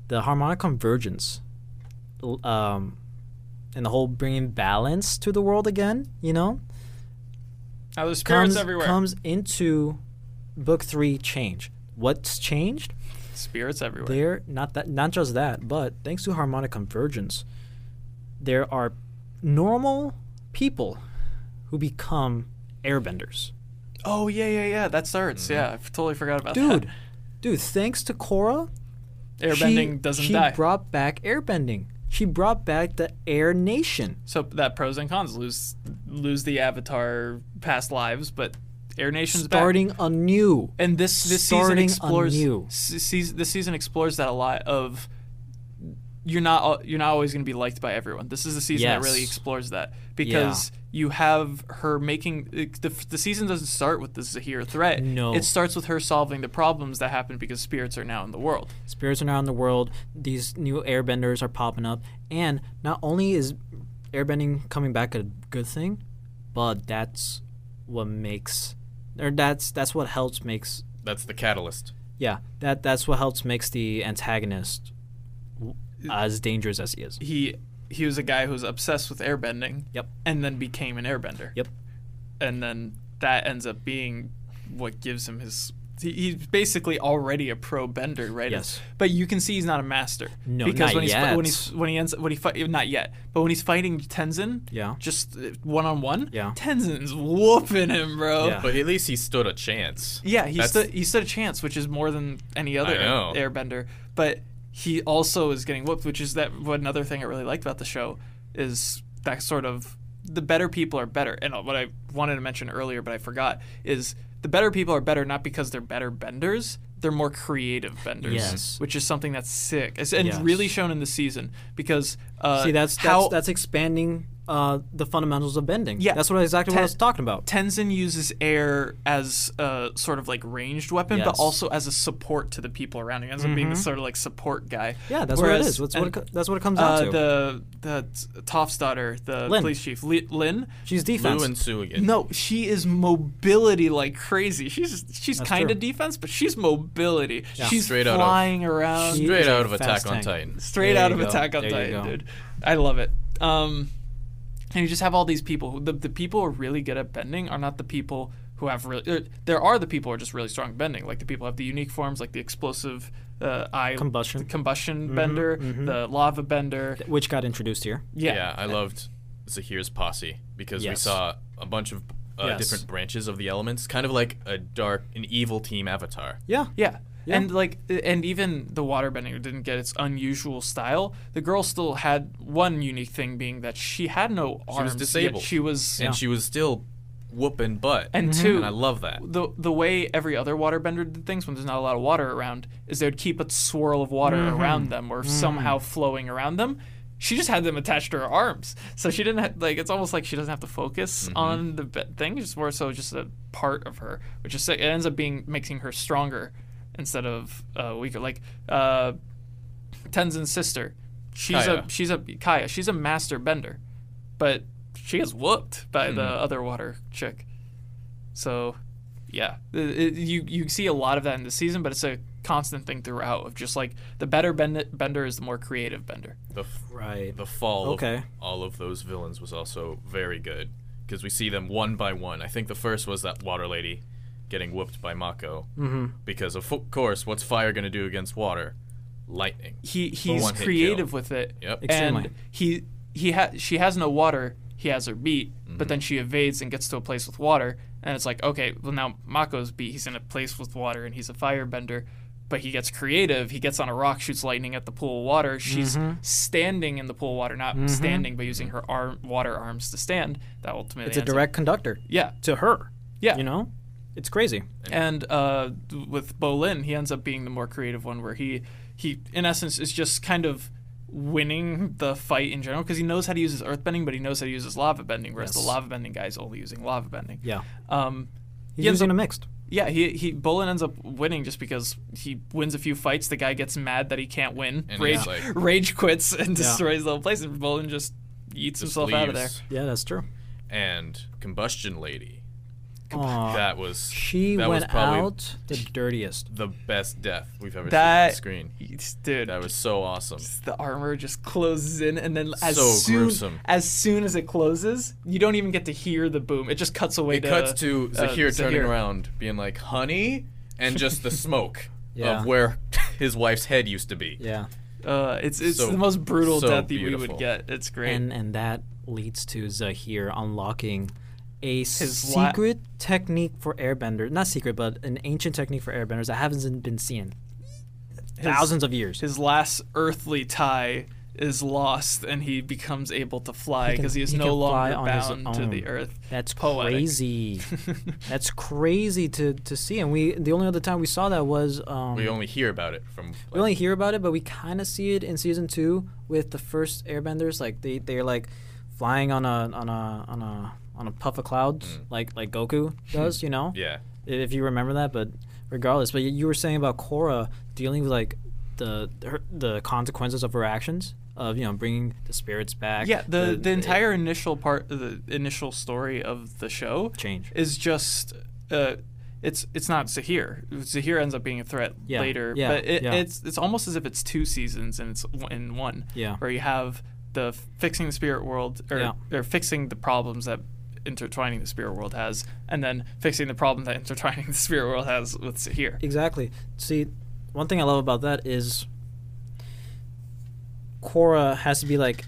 [SPEAKER 2] The harmonic convergence l- um, and the whole bringing balance to the world again, you know,
[SPEAKER 1] Now there's spirits
[SPEAKER 2] comes,
[SPEAKER 1] everywhere.
[SPEAKER 2] comes into book three change. What's changed?
[SPEAKER 1] spirits everywhere.
[SPEAKER 2] There, not that, not just that, but thanks to harmonic convergence, there are normal people who become airbenders.
[SPEAKER 1] Oh yeah, yeah, yeah. That starts. Yeah, I f- totally forgot about that.
[SPEAKER 2] Mm-hmm. Dude, dude, thanks to Korra,
[SPEAKER 1] [LAUGHS]
[SPEAKER 2] she-
[SPEAKER 1] airbending doesn't
[SPEAKER 2] she
[SPEAKER 1] die.
[SPEAKER 2] brought back airbending. She brought back the Air Nation.
[SPEAKER 1] so that pros and cons lose lose the avatar past lives, but Air Nation's back.
[SPEAKER 2] starting anew.
[SPEAKER 1] And this this season
[SPEAKER 2] starting
[SPEAKER 1] explores
[SPEAKER 2] anew.
[SPEAKER 1] se- seas- this season explores that a lot of you're not al- you're not always going to be liked by everyone. This is the season that really
[SPEAKER 2] Yes.
[SPEAKER 1] explores that because you have her making it- the the season doesn't start with the Zahir threat.
[SPEAKER 2] No.
[SPEAKER 1] it starts with her solving the problems that happen because spirits are now in the world.
[SPEAKER 2] Spirits are now in the world. These new airbenders are popping up. And not only is airbending coming back a good thing, but that's what makes or that's that's what helps makes
[SPEAKER 4] That's the catalyst.
[SPEAKER 2] yeah, that that's what helps makes the antagonist w- as dangerous as he is.
[SPEAKER 1] he he was a guy who was obsessed with airbending.
[SPEAKER 2] Yep.
[SPEAKER 1] And then became an airbender.
[SPEAKER 2] Yep.
[SPEAKER 1] And then that ends up being what gives him his. He, he's basically already a pro bender, right?
[SPEAKER 2] Yes.
[SPEAKER 1] But you can see he's not a master.
[SPEAKER 2] No,
[SPEAKER 1] because
[SPEAKER 2] not
[SPEAKER 1] when he's fi-
[SPEAKER 2] yet.
[SPEAKER 1] when he's when he ends when he fight not yet, but when he's fighting Tenzin,
[SPEAKER 2] Yeah.
[SPEAKER 1] just uh, one on one,
[SPEAKER 2] Yeah.
[SPEAKER 1] Tenzin's whooping him, bro.
[SPEAKER 2] Yeah.
[SPEAKER 4] But at least he stood a chance.
[SPEAKER 1] Yeah, he
[SPEAKER 4] That's-
[SPEAKER 1] stood he stood a chance, which is more than any other
[SPEAKER 4] I know.
[SPEAKER 1] airbender. But he also is getting whooped, which is that what another thing I really liked about the show is that sort of the better people are better. And what I wanted to mention earlier, but I forgot, is the better people are better not because they're better benders. They're more creative benders,
[SPEAKER 2] Yes.
[SPEAKER 1] which is something that's sick. It's, and
[SPEAKER 2] Yes.
[SPEAKER 1] really shown in the season because uh,
[SPEAKER 2] See, that's that's,
[SPEAKER 1] how
[SPEAKER 2] that's expanding uh, the fundamentals of bending.
[SPEAKER 1] Yeah.
[SPEAKER 2] that's what exactly what I
[SPEAKER 1] Ten-
[SPEAKER 2] was talking about.
[SPEAKER 1] Tenzin uses air as a sort of like ranged weapon, but
[SPEAKER 2] Yes. Mm-hmm.
[SPEAKER 1] also as a support to the people around him, as a being the sort of like support guy.
[SPEAKER 2] Yeah, that's what it
[SPEAKER 1] Whereas-
[SPEAKER 2] is. That's what it,
[SPEAKER 1] and,
[SPEAKER 2] co- that's what it comes down
[SPEAKER 1] uh,
[SPEAKER 2] to.
[SPEAKER 1] the the t- Toff's daughter, the
[SPEAKER 2] Lin.
[SPEAKER 1] police chief, Li- Lin.
[SPEAKER 2] She's defense.
[SPEAKER 4] Lou and Sue again.
[SPEAKER 1] No, she is mobility like crazy. She's she's
[SPEAKER 2] That's
[SPEAKER 1] kind
[SPEAKER 2] true.
[SPEAKER 1] of defense, but she's mobility. She's
[SPEAKER 4] Straight out of-
[SPEAKER 1] flying around
[SPEAKER 2] She-
[SPEAKER 4] Straight
[SPEAKER 2] He's
[SPEAKER 4] out
[SPEAKER 2] a
[SPEAKER 4] of
[SPEAKER 2] fast
[SPEAKER 4] Attack on
[SPEAKER 2] tank.
[SPEAKER 4] Titan.
[SPEAKER 1] straight
[SPEAKER 2] There
[SPEAKER 1] out
[SPEAKER 2] you
[SPEAKER 1] of
[SPEAKER 2] go.
[SPEAKER 1] Attack on
[SPEAKER 2] There you
[SPEAKER 1] Titan,
[SPEAKER 2] go.
[SPEAKER 1] dude. I love it. Um, and you just have all these people. Who, the the people who are really good at bending are not the people who have really. er, There are the people who are just really strong at bending, like the people who have the unique forms, like the explosive uh, eye
[SPEAKER 2] Combustion. Mm-hmm,
[SPEAKER 1] combustion bender, the lava bender.
[SPEAKER 2] which got introduced here.
[SPEAKER 1] Yeah.
[SPEAKER 4] Yeah, I loved Zahir's posse because we
[SPEAKER 2] Yes.
[SPEAKER 4] saw a bunch of uh,
[SPEAKER 2] Yes.
[SPEAKER 4] different branches of the elements, kind of like a dark, an evil team avatar.
[SPEAKER 2] Yeah.
[SPEAKER 1] Yeah.
[SPEAKER 2] Yeah.
[SPEAKER 1] And like, uh, and even the waterbending who didn't get its unusual style. The girl still had one unique thing, being that she had no arms. yet
[SPEAKER 4] disabled.
[SPEAKER 1] She was
[SPEAKER 4] And she was still whooping butt.
[SPEAKER 1] And two-
[SPEAKER 4] and I love that.
[SPEAKER 1] the the way every other waterbender did things when there's not a lot of water around is they would keep a swirl of water around them or somehow flowing around them. She just had them attached to her arms, so she didn't ha like. It's almost like she doesn't have to focus on the be- thing. It's more so just a part of her, which is sick. it ends up being making her stronger instead of uh, weaker. Like uh, Tenzin's sister, she's
[SPEAKER 4] Kaya.
[SPEAKER 1] a she's a Kaya. She's a master bender, but she is whooped by the other water chick. So, yeah, It- it- you you see a lot of that in the season, but it's a constant thing throughout of just like the better bend- bender is the more creative bender.
[SPEAKER 4] The f-
[SPEAKER 2] Right.
[SPEAKER 4] the fall of
[SPEAKER 2] Okay.
[SPEAKER 4] all of those villains was also very good because we see them one by one. I think the first was that water lady getting whooped by Mako mm-hmm. because of fo- course, what's fire going to do against water? Lightning.
[SPEAKER 1] He he's
[SPEAKER 4] one hit
[SPEAKER 1] creative
[SPEAKER 4] kill.
[SPEAKER 1] with it,
[SPEAKER 4] Yep.
[SPEAKER 1] and
[SPEAKER 2] Extremely.
[SPEAKER 1] he he ha- she has no water. He has her beat,
[SPEAKER 4] Mm-hmm.
[SPEAKER 1] but then she evades and gets to a place with water, and it's like okay, well now Mako's beat. He's in a place with water, and he's a firebender. But he gets creative. He gets on a rock, shoots lightning at the pool of water. She's
[SPEAKER 2] Mm-hmm.
[SPEAKER 1] standing in the pool of water, not standing, but
[SPEAKER 4] Mm-hmm.
[SPEAKER 1] using her arm, water arms to stand. That ultimately
[SPEAKER 2] It's a
[SPEAKER 1] ends up-
[SPEAKER 2] direct conductor
[SPEAKER 1] yeah,
[SPEAKER 2] to her.
[SPEAKER 1] Yeah.
[SPEAKER 2] You know? It's crazy.
[SPEAKER 1] And uh, with Bolin, he ends up being the more creative one, where he he in essence is just kind of winning the fight in general because he knows how to use his earth bending, but he knows how to use his lava bending, whereas the
[SPEAKER 2] Yes.
[SPEAKER 1] lava bending guy is only using lava bending.
[SPEAKER 2] Yeah.
[SPEAKER 1] Um,
[SPEAKER 2] He's
[SPEAKER 1] Yeah,
[SPEAKER 2] using
[SPEAKER 1] but-
[SPEAKER 2] a mixed.
[SPEAKER 1] Yeah, he he Bolin ends up winning just because he wins a few fights. The guy gets mad that he can't win,
[SPEAKER 4] And
[SPEAKER 1] rage
[SPEAKER 4] he's like-
[SPEAKER 1] rage quits and destroys the whole place, and Bolin just eats
[SPEAKER 4] Just
[SPEAKER 1] himself out of there.
[SPEAKER 4] leaves.
[SPEAKER 2] Yeah, that's true.
[SPEAKER 4] And Combustion Lady.
[SPEAKER 2] Aw,
[SPEAKER 4] That was
[SPEAKER 2] Uh, she
[SPEAKER 4] that was
[SPEAKER 2] went
[SPEAKER 4] probably
[SPEAKER 2] out the dirtiest.
[SPEAKER 4] the best death we've ever seen on
[SPEAKER 1] That-
[SPEAKER 4] the screen.
[SPEAKER 1] Dude,
[SPEAKER 4] That was so awesome.
[SPEAKER 1] the armor just closes in, and then as
[SPEAKER 4] So
[SPEAKER 1] soon
[SPEAKER 4] gruesome.
[SPEAKER 1] as soon as it closes, you don't even get to hear the boom. It just cuts away.
[SPEAKER 4] It cuts to
[SPEAKER 1] uh,
[SPEAKER 4] Zahir turning
[SPEAKER 1] Zahir.
[SPEAKER 4] around, being like, "Honey," and just the
[SPEAKER 2] [LAUGHS]
[SPEAKER 4] smoke
[SPEAKER 2] Yeah.
[SPEAKER 4] of where [LAUGHS] his wife's head used to be.
[SPEAKER 2] Yeah,
[SPEAKER 1] Uh, it's it's
[SPEAKER 4] So-
[SPEAKER 1] the most brutal
[SPEAKER 4] so
[SPEAKER 1] death that we
[SPEAKER 4] beautiful.
[SPEAKER 1] would get. It's great.
[SPEAKER 2] and and that leads to Zahir unlocking a
[SPEAKER 1] la-
[SPEAKER 2] secret technique for airbenders. Not secret, but an ancient technique for airbenders that hasn't been seen in thousands of years.
[SPEAKER 1] his last earthly tie is lost and he becomes able to fly
[SPEAKER 2] can-
[SPEAKER 1] because he is
[SPEAKER 2] he
[SPEAKER 1] no
[SPEAKER 2] can fly
[SPEAKER 1] longer
[SPEAKER 2] on his
[SPEAKER 1] bound to
[SPEAKER 2] own.
[SPEAKER 1] the earth.
[SPEAKER 2] That's
[SPEAKER 1] Poetic.
[SPEAKER 2] crazy. That's crazy to, to see. And we the only other time we saw that was um,
[SPEAKER 4] We only hear about it from.
[SPEAKER 2] we only hear about it, but we kind of see it in season two with the first Airbenders. Like they they're like flying on a on a on a on a puff of clouds, like like Goku does. you know,
[SPEAKER 4] yeah,
[SPEAKER 2] i- if you remember that. But regardless, but y- you were saying about Korra dealing with like the her, the consequences of her actions of you know bringing the spirits back.
[SPEAKER 1] Yeah, the, the entire initial part, the initial story of the show
[SPEAKER 2] Change.
[SPEAKER 1] is just, uh, it's it's not Zahir. Zahir ends up being a threat
[SPEAKER 2] Yeah,
[SPEAKER 1] later,
[SPEAKER 2] yeah,
[SPEAKER 1] but it,
[SPEAKER 2] yeah.
[SPEAKER 1] it's it's almost as if it's two seasons and it's w- in one.
[SPEAKER 2] Yeah.
[SPEAKER 1] where you have the f- fixing the spirit world or
[SPEAKER 2] Yeah.
[SPEAKER 1] or fixing the problems that intertwining the spirit world has, and then fixing the problem that [LAUGHS] intertwining the spirit world has with Zahir.
[SPEAKER 2] Exactly. See, one thing I love about that is Korra has to be like,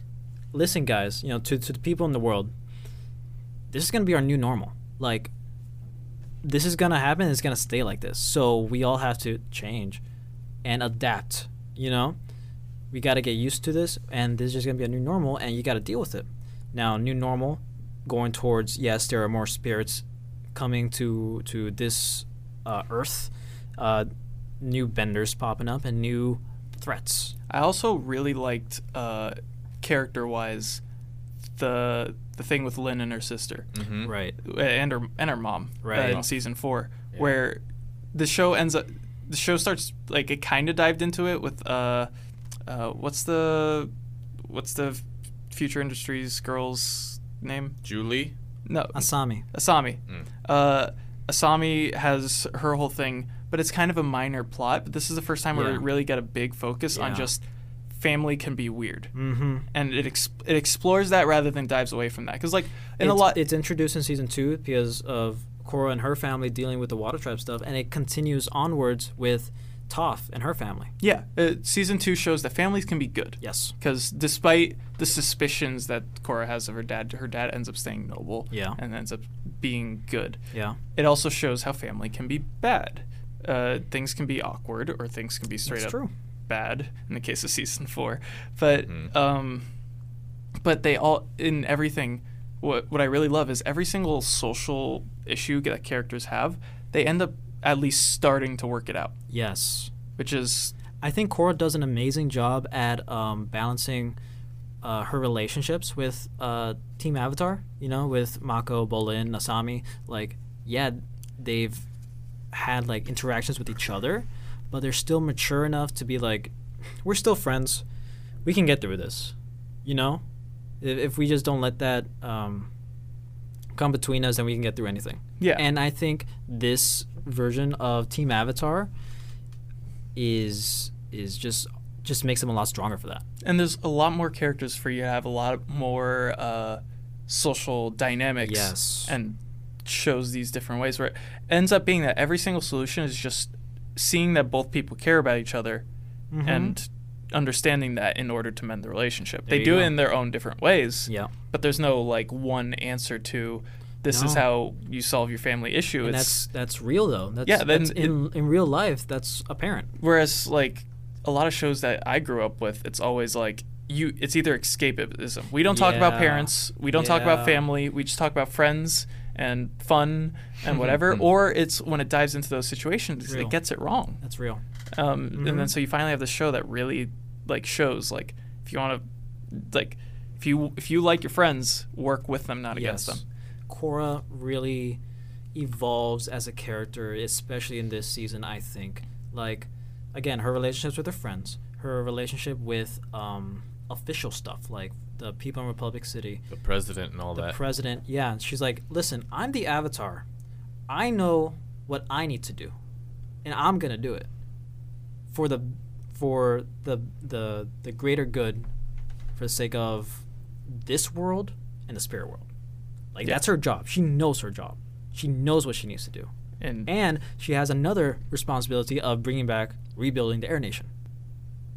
[SPEAKER 2] listen, guys, you know, to, to the people in the world, this is going to be our new normal. Like, this is going to happen. It's going to stay like this. So we all have to change and adapt, you know? We got to get used to this, and this is just going to be a new normal, and you got to deal with it. Now, new normal going towards, yes, there are more spirits coming to, to this uh, Earth, uh, new benders popping up and new threats.
[SPEAKER 1] I also really liked uh, character wise the the thing with Lynn and her sister
[SPEAKER 4] Mm-hmm.
[SPEAKER 2] Right.
[SPEAKER 1] and her and her mom uh,
[SPEAKER 2] Right.
[SPEAKER 1] in season four, where the show ends up. The show starts like it kind of dived into it with uh, uh, what's the what's the Future Industries girl's name?
[SPEAKER 4] Julie.
[SPEAKER 1] No,
[SPEAKER 2] Asami. Mm.
[SPEAKER 1] Asami. Uh, Asami has her whole thing, but it's kind of a minor plot. But this is the first time where
[SPEAKER 2] Yeah.
[SPEAKER 1] we really get a big focus on
[SPEAKER 2] Yeah. Mm.
[SPEAKER 1] just family can be weird, mm-hmm. and it ex- it explores that rather than dives away from that. Because like in
[SPEAKER 2] it's,
[SPEAKER 1] a lot,
[SPEAKER 2] It's introduced in season two because of Korra and her family dealing with the water tribe stuff, and it continues onwards with Toph and her family.
[SPEAKER 1] yeah, uh, season two shows that families can be good.
[SPEAKER 2] Yes.
[SPEAKER 1] Because despite the suspicions that Korra has of her dad, her dad ends up staying noble.
[SPEAKER 2] Yeah.
[SPEAKER 1] And ends up being good.
[SPEAKER 2] Yeah.
[SPEAKER 1] It also shows how family can be bad. Uh, things can be awkward, or things can be straight
[SPEAKER 2] That's
[SPEAKER 1] up
[SPEAKER 2] true.
[SPEAKER 1] bad in the case of season four. But
[SPEAKER 2] Mm-hmm.
[SPEAKER 1] um, but they all in everything. What what I really love is every single social issue that characters have, they end up at least starting to work it out,
[SPEAKER 2] Yes.
[SPEAKER 1] which is
[SPEAKER 2] I think Korra does an amazing job at um, balancing uh, her relationships with uh, Team Avatar. You know, with Mako, Bolin, Nasami. Like, yeah, they've had like interactions with each other, but they're still mature enough to be like, we're still friends. We can get through this. You know, if, if we just don't let that um, come between us, then we can get through anything.
[SPEAKER 1] Yeah.
[SPEAKER 2] And I think this version of Team Avatar is is just just makes them a lot stronger for that.
[SPEAKER 1] and there's a lot more characters for you to have a lot more uh, social dynamics
[SPEAKER 2] Yes.
[SPEAKER 1] and shows these different ways where it ends up being that every single solution is just seeing that both people care about each other
[SPEAKER 2] Mm-hmm.
[SPEAKER 1] and understanding that in order to mend the relationship they
[SPEAKER 2] you
[SPEAKER 1] do
[SPEAKER 2] go.
[SPEAKER 1] it in their own different ways
[SPEAKER 2] Yeah.
[SPEAKER 1] but there's no like one answer to this is
[SPEAKER 2] No.
[SPEAKER 1] how you solve your family issue
[SPEAKER 2] And
[SPEAKER 1] it's
[SPEAKER 2] that's that's real though. That's,
[SPEAKER 1] Yeah, then
[SPEAKER 2] that's in in real life that's apparent.
[SPEAKER 1] whereas like a lot of shows that I grew up with, it's always like you. It's either escapism. We don't talk about
[SPEAKER 2] Yeah.
[SPEAKER 1] parents. We don't talk about
[SPEAKER 2] Yeah.
[SPEAKER 1] family. We just talk about friends and fun
[SPEAKER 2] [LAUGHS]
[SPEAKER 1] and whatever. or it's when it dives into those situations,
[SPEAKER 2] Real.
[SPEAKER 1] it gets it wrong.
[SPEAKER 2] That's real. Mm-hmm.
[SPEAKER 1] Um, And then so you finally have this show that really like shows like if you want to like if you if you like your friends, work with them, not against them.
[SPEAKER 2] Cora really evolves as a character, especially in this season. I think like again her relationships with her friends, her relationship with um, official stuff like the people in Republic City,
[SPEAKER 4] The president and all
[SPEAKER 2] the
[SPEAKER 4] that.
[SPEAKER 2] president. Yeah, and she's like, listen, I'm the Avatar. I know what I need to do, and I'm gonna do it for the for the the the greater good, for the sake of this world and the spirit world. Like
[SPEAKER 1] Yeah.
[SPEAKER 2] that's her job. She knows her job. She knows what she needs to do,
[SPEAKER 1] And,
[SPEAKER 2] and she has another responsibility of bringing back, rebuilding the Air Nation.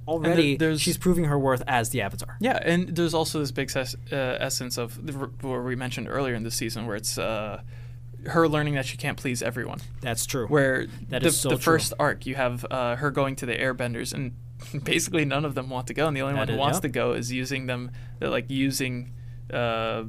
[SPEAKER 1] there-
[SPEAKER 2] Already,
[SPEAKER 1] there's-
[SPEAKER 2] she's proving her worth as the Avatar.
[SPEAKER 1] yeah, and there's also this big ses- uh, essence of the, where we mentioned earlier in the season, where it's uh, her learning that she can't please everyone.
[SPEAKER 2] That's true.
[SPEAKER 1] Where
[SPEAKER 2] That
[SPEAKER 1] the,
[SPEAKER 2] is so
[SPEAKER 1] the
[SPEAKER 2] true.
[SPEAKER 1] first arc, you have uh, her going to the Airbenders, and [LAUGHS] basically none of them want to go, and the only
[SPEAKER 2] That
[SPEAKER 1] one who
[SPEAKER 2] is-
[SPEAKER 1] wants
[SPEAKER 2] yep.
[SPEAKER 1] to go is using them, they're, like using. Uh,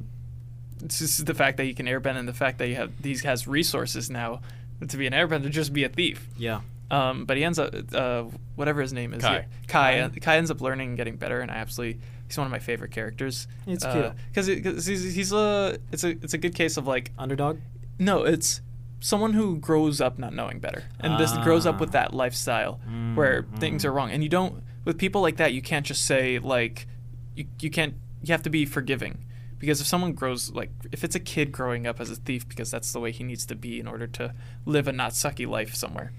[SPEAKER 1] it's just the fact that you can airbend and the fact that you have these has resources now to be an airbender, just be a thief.
[SPEAKER 2] yeah.
[SPEAKER 1] Um, but he ends up, uh, whatever his name is,
[SPEAKER 4] Kai.
[SPEAKER 1] yeah, Kai, Kai, ends up learning and getting better, and I absolutely, he's one of my favorite characters. Uh,
[SPEAKER 2] It's
[SPEAKER 1] because he's, he's a, it's a, it's a good case of like,
[SPEAKER 2] Underdog.
[SPEAKER 1] no, it's someone who grows up not knowing better, and this
[SPEAKER 2] Ah.
[SPEAKER 1] grows up with that lifestyle where
[SPEAKER 2] Mm-hmm.
[SPEAKER 1] things are wrong, and you don't, with people like that, you can't just say like, you, you can't, you have to be forgiving. Because if someone grows like if it's a kid growing up as a thief because that's the way he needs to be in order to live a not sucky life somewhere,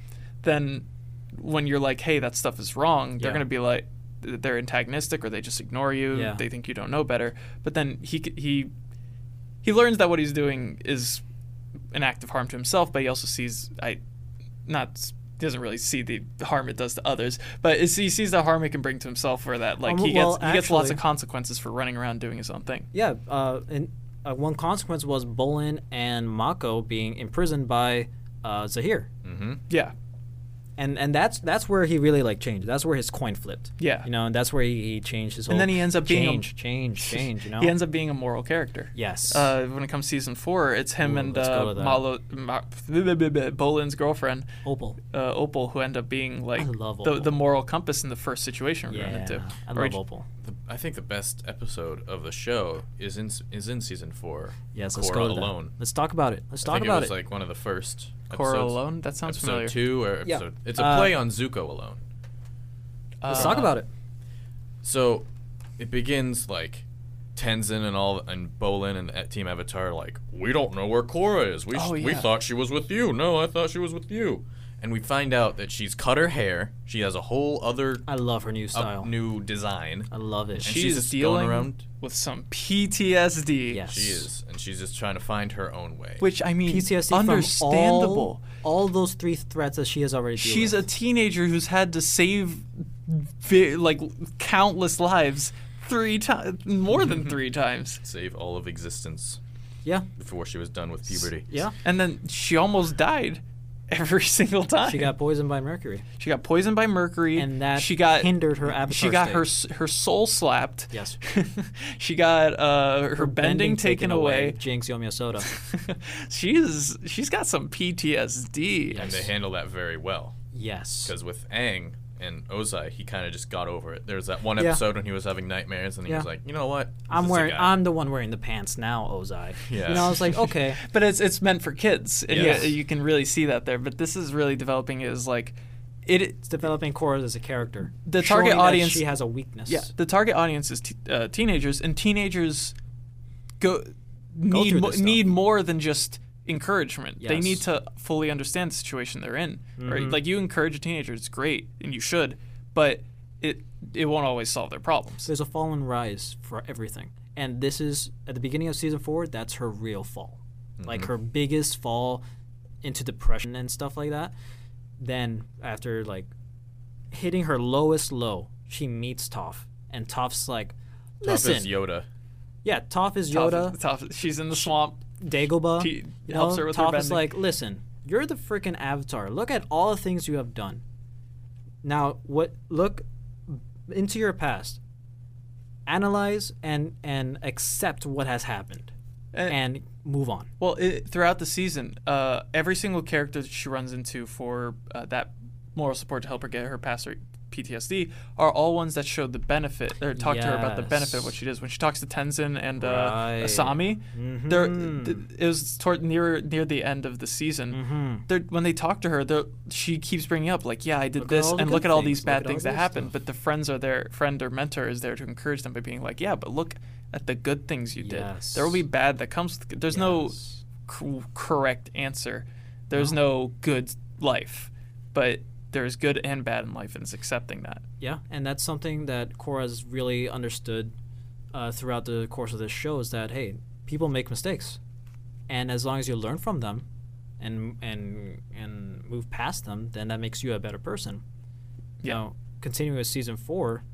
[SPEAKER 1] then when you're like, hey, that stuff is wrong, they're
[SPEAKER 2] Yeah.
[SPEAKER 1] gonna be like, they're antagonistic or they just ignore you.
[SPEAKER 2] Yeah.
[SPEAKER 1] They think you don't know better. But then he c- he he learns that what he's doing is an act of harm to himself, but he also sees I not s- doesn't really see the harm it does to others, but it's, he sees the harm it can bring to himself, or that like
[SPEAKER 2] Um,
[SPEAKER 1] he gets
[SPEAKER 2] well,
[SPEAKER 1] he gets lots of
[SPEAKER 2] actually-
[SPEAKER 1] consequences for running around doing his own thing.
[SPEAKER 2] Yeah, uh, and uh, one consequence was Bolin and Mako being imprisoned by uh, Zahir,
[SPEAKER 4] Mm-hmm.
[SPEAKER 1] Yeah,
[SPEAKER 2] and and that's that's where he really like changed. That's where his coin flipped.
[SPEAKER 1] Yeah.
[SPEAKER 2] you know, and that's where he, he changed his. Whole
[SPEAKER 1] And then he ends up being a- [LAUGHS]
[SPEAKER 2] change, change, change. You know,
[SPEAKER 1] he ends up being a moral character.
[SPEAKER 2] yes,
[SPEAKER 1] Uh, when it comes to season four, it's him
[SPEAKER 2] Ooh,
[SPEAKER 1] and
[SPEAKER 2] let's go
[SPEAKER 1] uh,
[SPEAKER 2] to that.
[SPEAKER 1] Malo, Ma, [LAUGHS] Bolin's girlfriend,
[SPEAKER 2] Opal.
[SPEAKER 1] uh, Opal, who end up being like
[SPEAKER 2] love
[SPEAKER 1] the,
[SPEAKER 2] Opal.
[SPEAKER 1] the moral compass in the first situation we run into.
[SPEAKER 2] Yeah, I
[SPEAKER 1] Or
[SPEAKER 2] love
[SPEAKER 1] j-
[SPEAKER 2] Opal.
[SPEAKER 4] The, I think the best episode of the show is in s- is in season four.
[SPEAKER 2] Yes, let's
[SPEAKER 4] Korra
[SPEAKER 2] go to that.
[SPEAKER 4] alone.
[SPEAKER 2] Let's talk about it. Let's
[SPEAKER 4] I
[SPEAKER 2] talk
[SPEAKER 4] think
[SPEAKER 2] about
[SPEAKER 4] it was like one of the first.
[SPEAKER 1] Korra
[SPEAKER 4] episodes-
[SPEAKER 1] Alone? That sounds
[SPEAKER 4] episode
[SPEAKER 1] familiar.
[SPEAKER 4] Two or
[SPEAKER 2] Yeah.
[SPEAKER 4] episode? It's a
[SPEAKER 2] Uh,
[SPEAKER 4] play on Zuko alone.
[SPEAKER 2] let's
[SPEAKER 1] Uh,
[SPEAKER 2] talk about it.
[SPEAKER 4] So it begins like Tenzin and all and Bolin and A- Team Avatar are like we don't know where Korra is. We
[SPEAKER 1] Oh,
[SPEAKER 4] we
[SPEAKER 1] yeah.
[SPEAKER 4] thought she was with you. No, I thought she was with you. And we find out that she's cut her hair. She has a whole other
[SPEAKER 2] I love her new
[SPEAKER 4] up-
[SPEAKER 2] style.
[SPEAKER 4] new design.
[SPEAKER 1] Uh,
[SPEAKER 2] I love it.
[SPEAKER 4] she's
[SPEAKER 1] She's
[SPEAKER 4] just going
[SPEAKER 1] dealing
[SPEAKER 4] around-
[SPEAKER 1] with some PTSD.
[SPEAKER 2] yes,
[SPEAKER 4] She is, and she's just trying to find her own way.
[SPEAKER 1] Which I mean,
[SPEAKER 2] PTSD E from
[SPEAKER 1] understandable.
[SPEAKER 2] all, all those three threats that she has already. dealt
[SPEAKER 1] She's
[SPEAKER 2] with.
[SPEAKER 1] a teenager who's had to save vi- like countless lives three times, more
[SPEAKER 2] [LAUGHS]
[SPEAKER 1] than three times,
[SPEAKER 4] save all of existence
[SPEAKER 2] yeah,
[SPEAKER 4] before she was done with puberty.
[SPEAKER 2] yeah.
[SPEAKER 1] and then she almost died every [LAUGHS] single time.
[SPEAKER 2] She got poisoned by mercury.
[SPEAKER 1] she got poisoned by mercury,
[SPEAKER 2] and that
[SPEAKER 1] she got
[SPEAKER 2] hindered her avatar.
[SPEAKER 1] she got
[SPEAKER 2] state.
[SPEAKER 1] her s- her soul slapped.
[SPEAKER 2] yes.
[SPEAKER 1] [LAUGHS] she got uh, her, bending, taken away.
[SPEAKER 2] Jinx Yomi Soda.
[SPEAKER 1] [LAUGHS] she's she's got some PTSD.
[SPEAKER 4] And they handle that very well.
[SPEAKER 2] yes.
[SPEAKER 4] Because with Aang and Ozai, he kind of just got over it. There's that one
[SPEAKER 2] Yeah.
[SPEAKER 4] episode when he was having nightmares and he
[SPEAKER 2] Yeah.
[SPEAKER 4] was like, you know what? This
[SPEAKER 2] I'm
[SPEAKER 4] is a
[SPEAKER 2] wearing.
[SPEAKER 4] guy."
[SPEAKER 2] I'm the one wearing the pants now, Ozai.
[SPEAKER 4] Yeah.
[SPEAKER 2] You know, I was like, okay,
[SPEAKER 1] But it's it's meant for kids, and
[SPEAKER 4] Yes.
[SPEAKER 1] yeah, you can really see that there. But this is really developing it as like it.
[SPEAKER 2] it's developing Korra as a character.
[SPEAKER 1] The
[SPEAKER 2] showing
[SPEAKER 1] target
[SPEAKER 2] that
[SPEAKER 1] audience-
[SPEAKER 2] She has a weakness.
[SPEAKER 1] Yeah, the target audience is t- uh, teenagers, and teenagers go need
[SPEAKER 2] through
[SPEAKER 1] mo-
[SPEAKER 2] this stuff.
[SPEAKER 1] need more than just encouragement. They
[SPEAKER 2] Yes. Mm-hmm.
[SPEAKER 1] need to fully understand the situation they're in. Right? Like you encourage a teenager, it's great, and you should, but it it won't always solve their problems.
[SPEAKER 2] There's a fall and rise for everything, and this is at the beginning of season four. That's her real fall, like her biggest fall into depression and stuff like that. Then after like hitting her lowest low, she meets Toph, and Toph's like,
[SPEAKER 4] Tough
[SPEAKER 2] listen,
[SPEAKER 4] as Yoda.
[SPEAKER 2] Yeah, Toph is
[SPEAKER 1] Tough-
[SPEAKER 2] Yoda.
[SPEAKER 1] tough- she's in the swamp.
[SPEAKER 2] Dagobah.
[SPEAKER 1] He
[SPEAKER 2] you
[SPEAKER 1] helps
[SPEAKER 2] know,
[SPEAKER 1] her with her
[SPEAKER 2] Toph is
[SPEAKER 1] bending.
[SPEAKER 2] like, listen, you're the freaking Avatar. Look at all the things you have done. Now, what? Look into your past. Analyze and and accept what has happened,
[SPEAKER 1] And-
[SPEAKER 2] and move on.
[SPEAKER 1] Well, it, throughout the season, uh, every single character that she runs into for uh, that moral support to help her get her past her PTSD are all ones that showed the benefit or talked to her about the benefit of what
[SPEAKER 2] Yes.
[SPEAKER 1] she does when she talks to Tenzin and uh,
[SPEAKER 2] Right. Mm-hmm.
[SPEAKER 1] Asami. There, th- it was toward near near the end of the season.
[SPEAKER 2] Hmm.
[SPEAKER 1] They're- When they talk to her, they're- she keeps bringing up like, "Yeah, I did
[SPEAKER 2] Look at
[SPEAKER 1] this,"
[SPEAKER 2] all the
[SPEAKER 1] and look
[SPEAKER 2] good
[SPEAKER 1] at all
[SPEAKER 2] things,
[SPEAKER 1] these
[SPEAKER 2] look
[SPEAKER 1] bad
[SPEAKER 2] at all
[SPEAKER 1] things that
[SPEAKER 2] this
[SPEAKER 1] happen.
[SPEAKER 2] stuff.
[SPEAKER 1] But the friends are there, friend or mentor is there to encourage them by being like, "Yeah, but look at the good things you did. There will be
[SPEAKER 2] Yes.
[SPEAKER 1] bad that comes. With, there's no
[SPEAKER 2] Yes.
[SPEAKER 1] c- correct answer. There's no good life, but there's good and bad in life, and it's accepting that.
[SPEAKER 2] Yeah, and that's something that Cora's really understood uh, throughout the course of this show is that hey, people make mistakes, and as long as you learn from them, and and and move past them, then that makes you a better person.
[SPEAKER 1] Yeah.
[SPEAKER 2] Now, continuing with season four,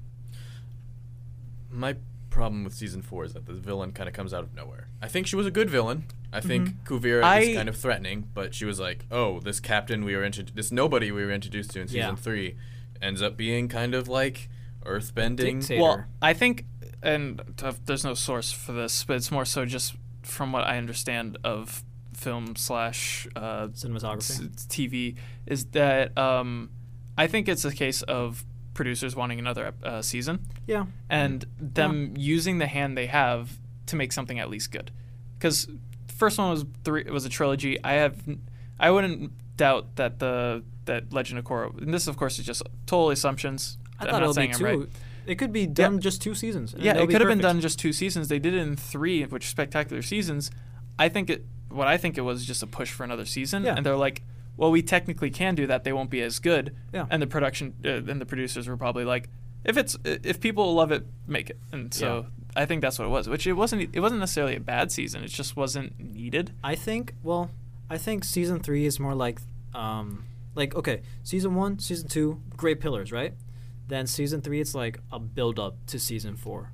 [SPEAKER 4] My problem with season four is that the villain kind of comes out of nowhere. I think she was a good villain. I think
[SPEAKER 2] Mm-hmm.
[SPEAKER 4] Kuvira
[SPEAKER 1] I-
[SPEAKER 4] is kind of threatening, but she was like, "Oh, this captain we were introduced, this nobody we were introduced to in season
[SPEAKER 2] Yeah.
[SPEAKER 4] three, ends up being kind of like earthbending."
[SPEAKER 2] Dictator.
[SPEAKER 1] Well,
[SPEAKER 2] Sure.
[SPEAKER 1] I think, and t- there's no source for this, but it's more so just from what I understand of film slash uh,
[SPEAKER 2] cinematography.
[SPEAKER 1] s- TV is that um, I think it's a case of producers wanting another ep- uh, season
[SPEAKER 2] yeah,
[SPEAKER 1] and them using the hand they have to make something at least good. Because first one was three was a trilogy. I have n- I wouldn't doubt that the that Legend of Korra and this of course is just total assumptions.
[SPEAKER 2] I
[SPEAKER 1] I'm
[SPEAKER 2] thought
[SPEAKER 1] not
[SPEAKER 2] it'll be
[SPEAKER 1] saying I'm
[SPEAKER 2] two.
[SPEAKER 1] right.
[SPEAKER 2] It could be done just two seasons. and
[SPEAKER 1] Yeah,
[SPEAKER 2] it'll
[SPEAKER 1] it
[SPEAKER 2] be
[SPEAKER 1] could have been
[SPEAKER 2] perfect.
[SPEAKER 1] done just two seasons. They did it in three, which spectacular seasons. I think it. What I think it was just a push for another season,
[SPEAKER 2] Yeah.
[SPEAKER 1] and they're like, "Well, we technically can do that. They won't be as good."
[SPEAKER 2] Yeah.
[SPEAKER 1] And the production uh, and the producers were probably like, "If it's if people love it, make it." And so I think that's what it was. Which it wasn't. It wasn't necessarily a bad season. It just wasn't needed.
[SPEAKER 2] I think well, I think season three is more like um like okay, season one, season two, great pillars, right? Then season three it's like a build up to season four.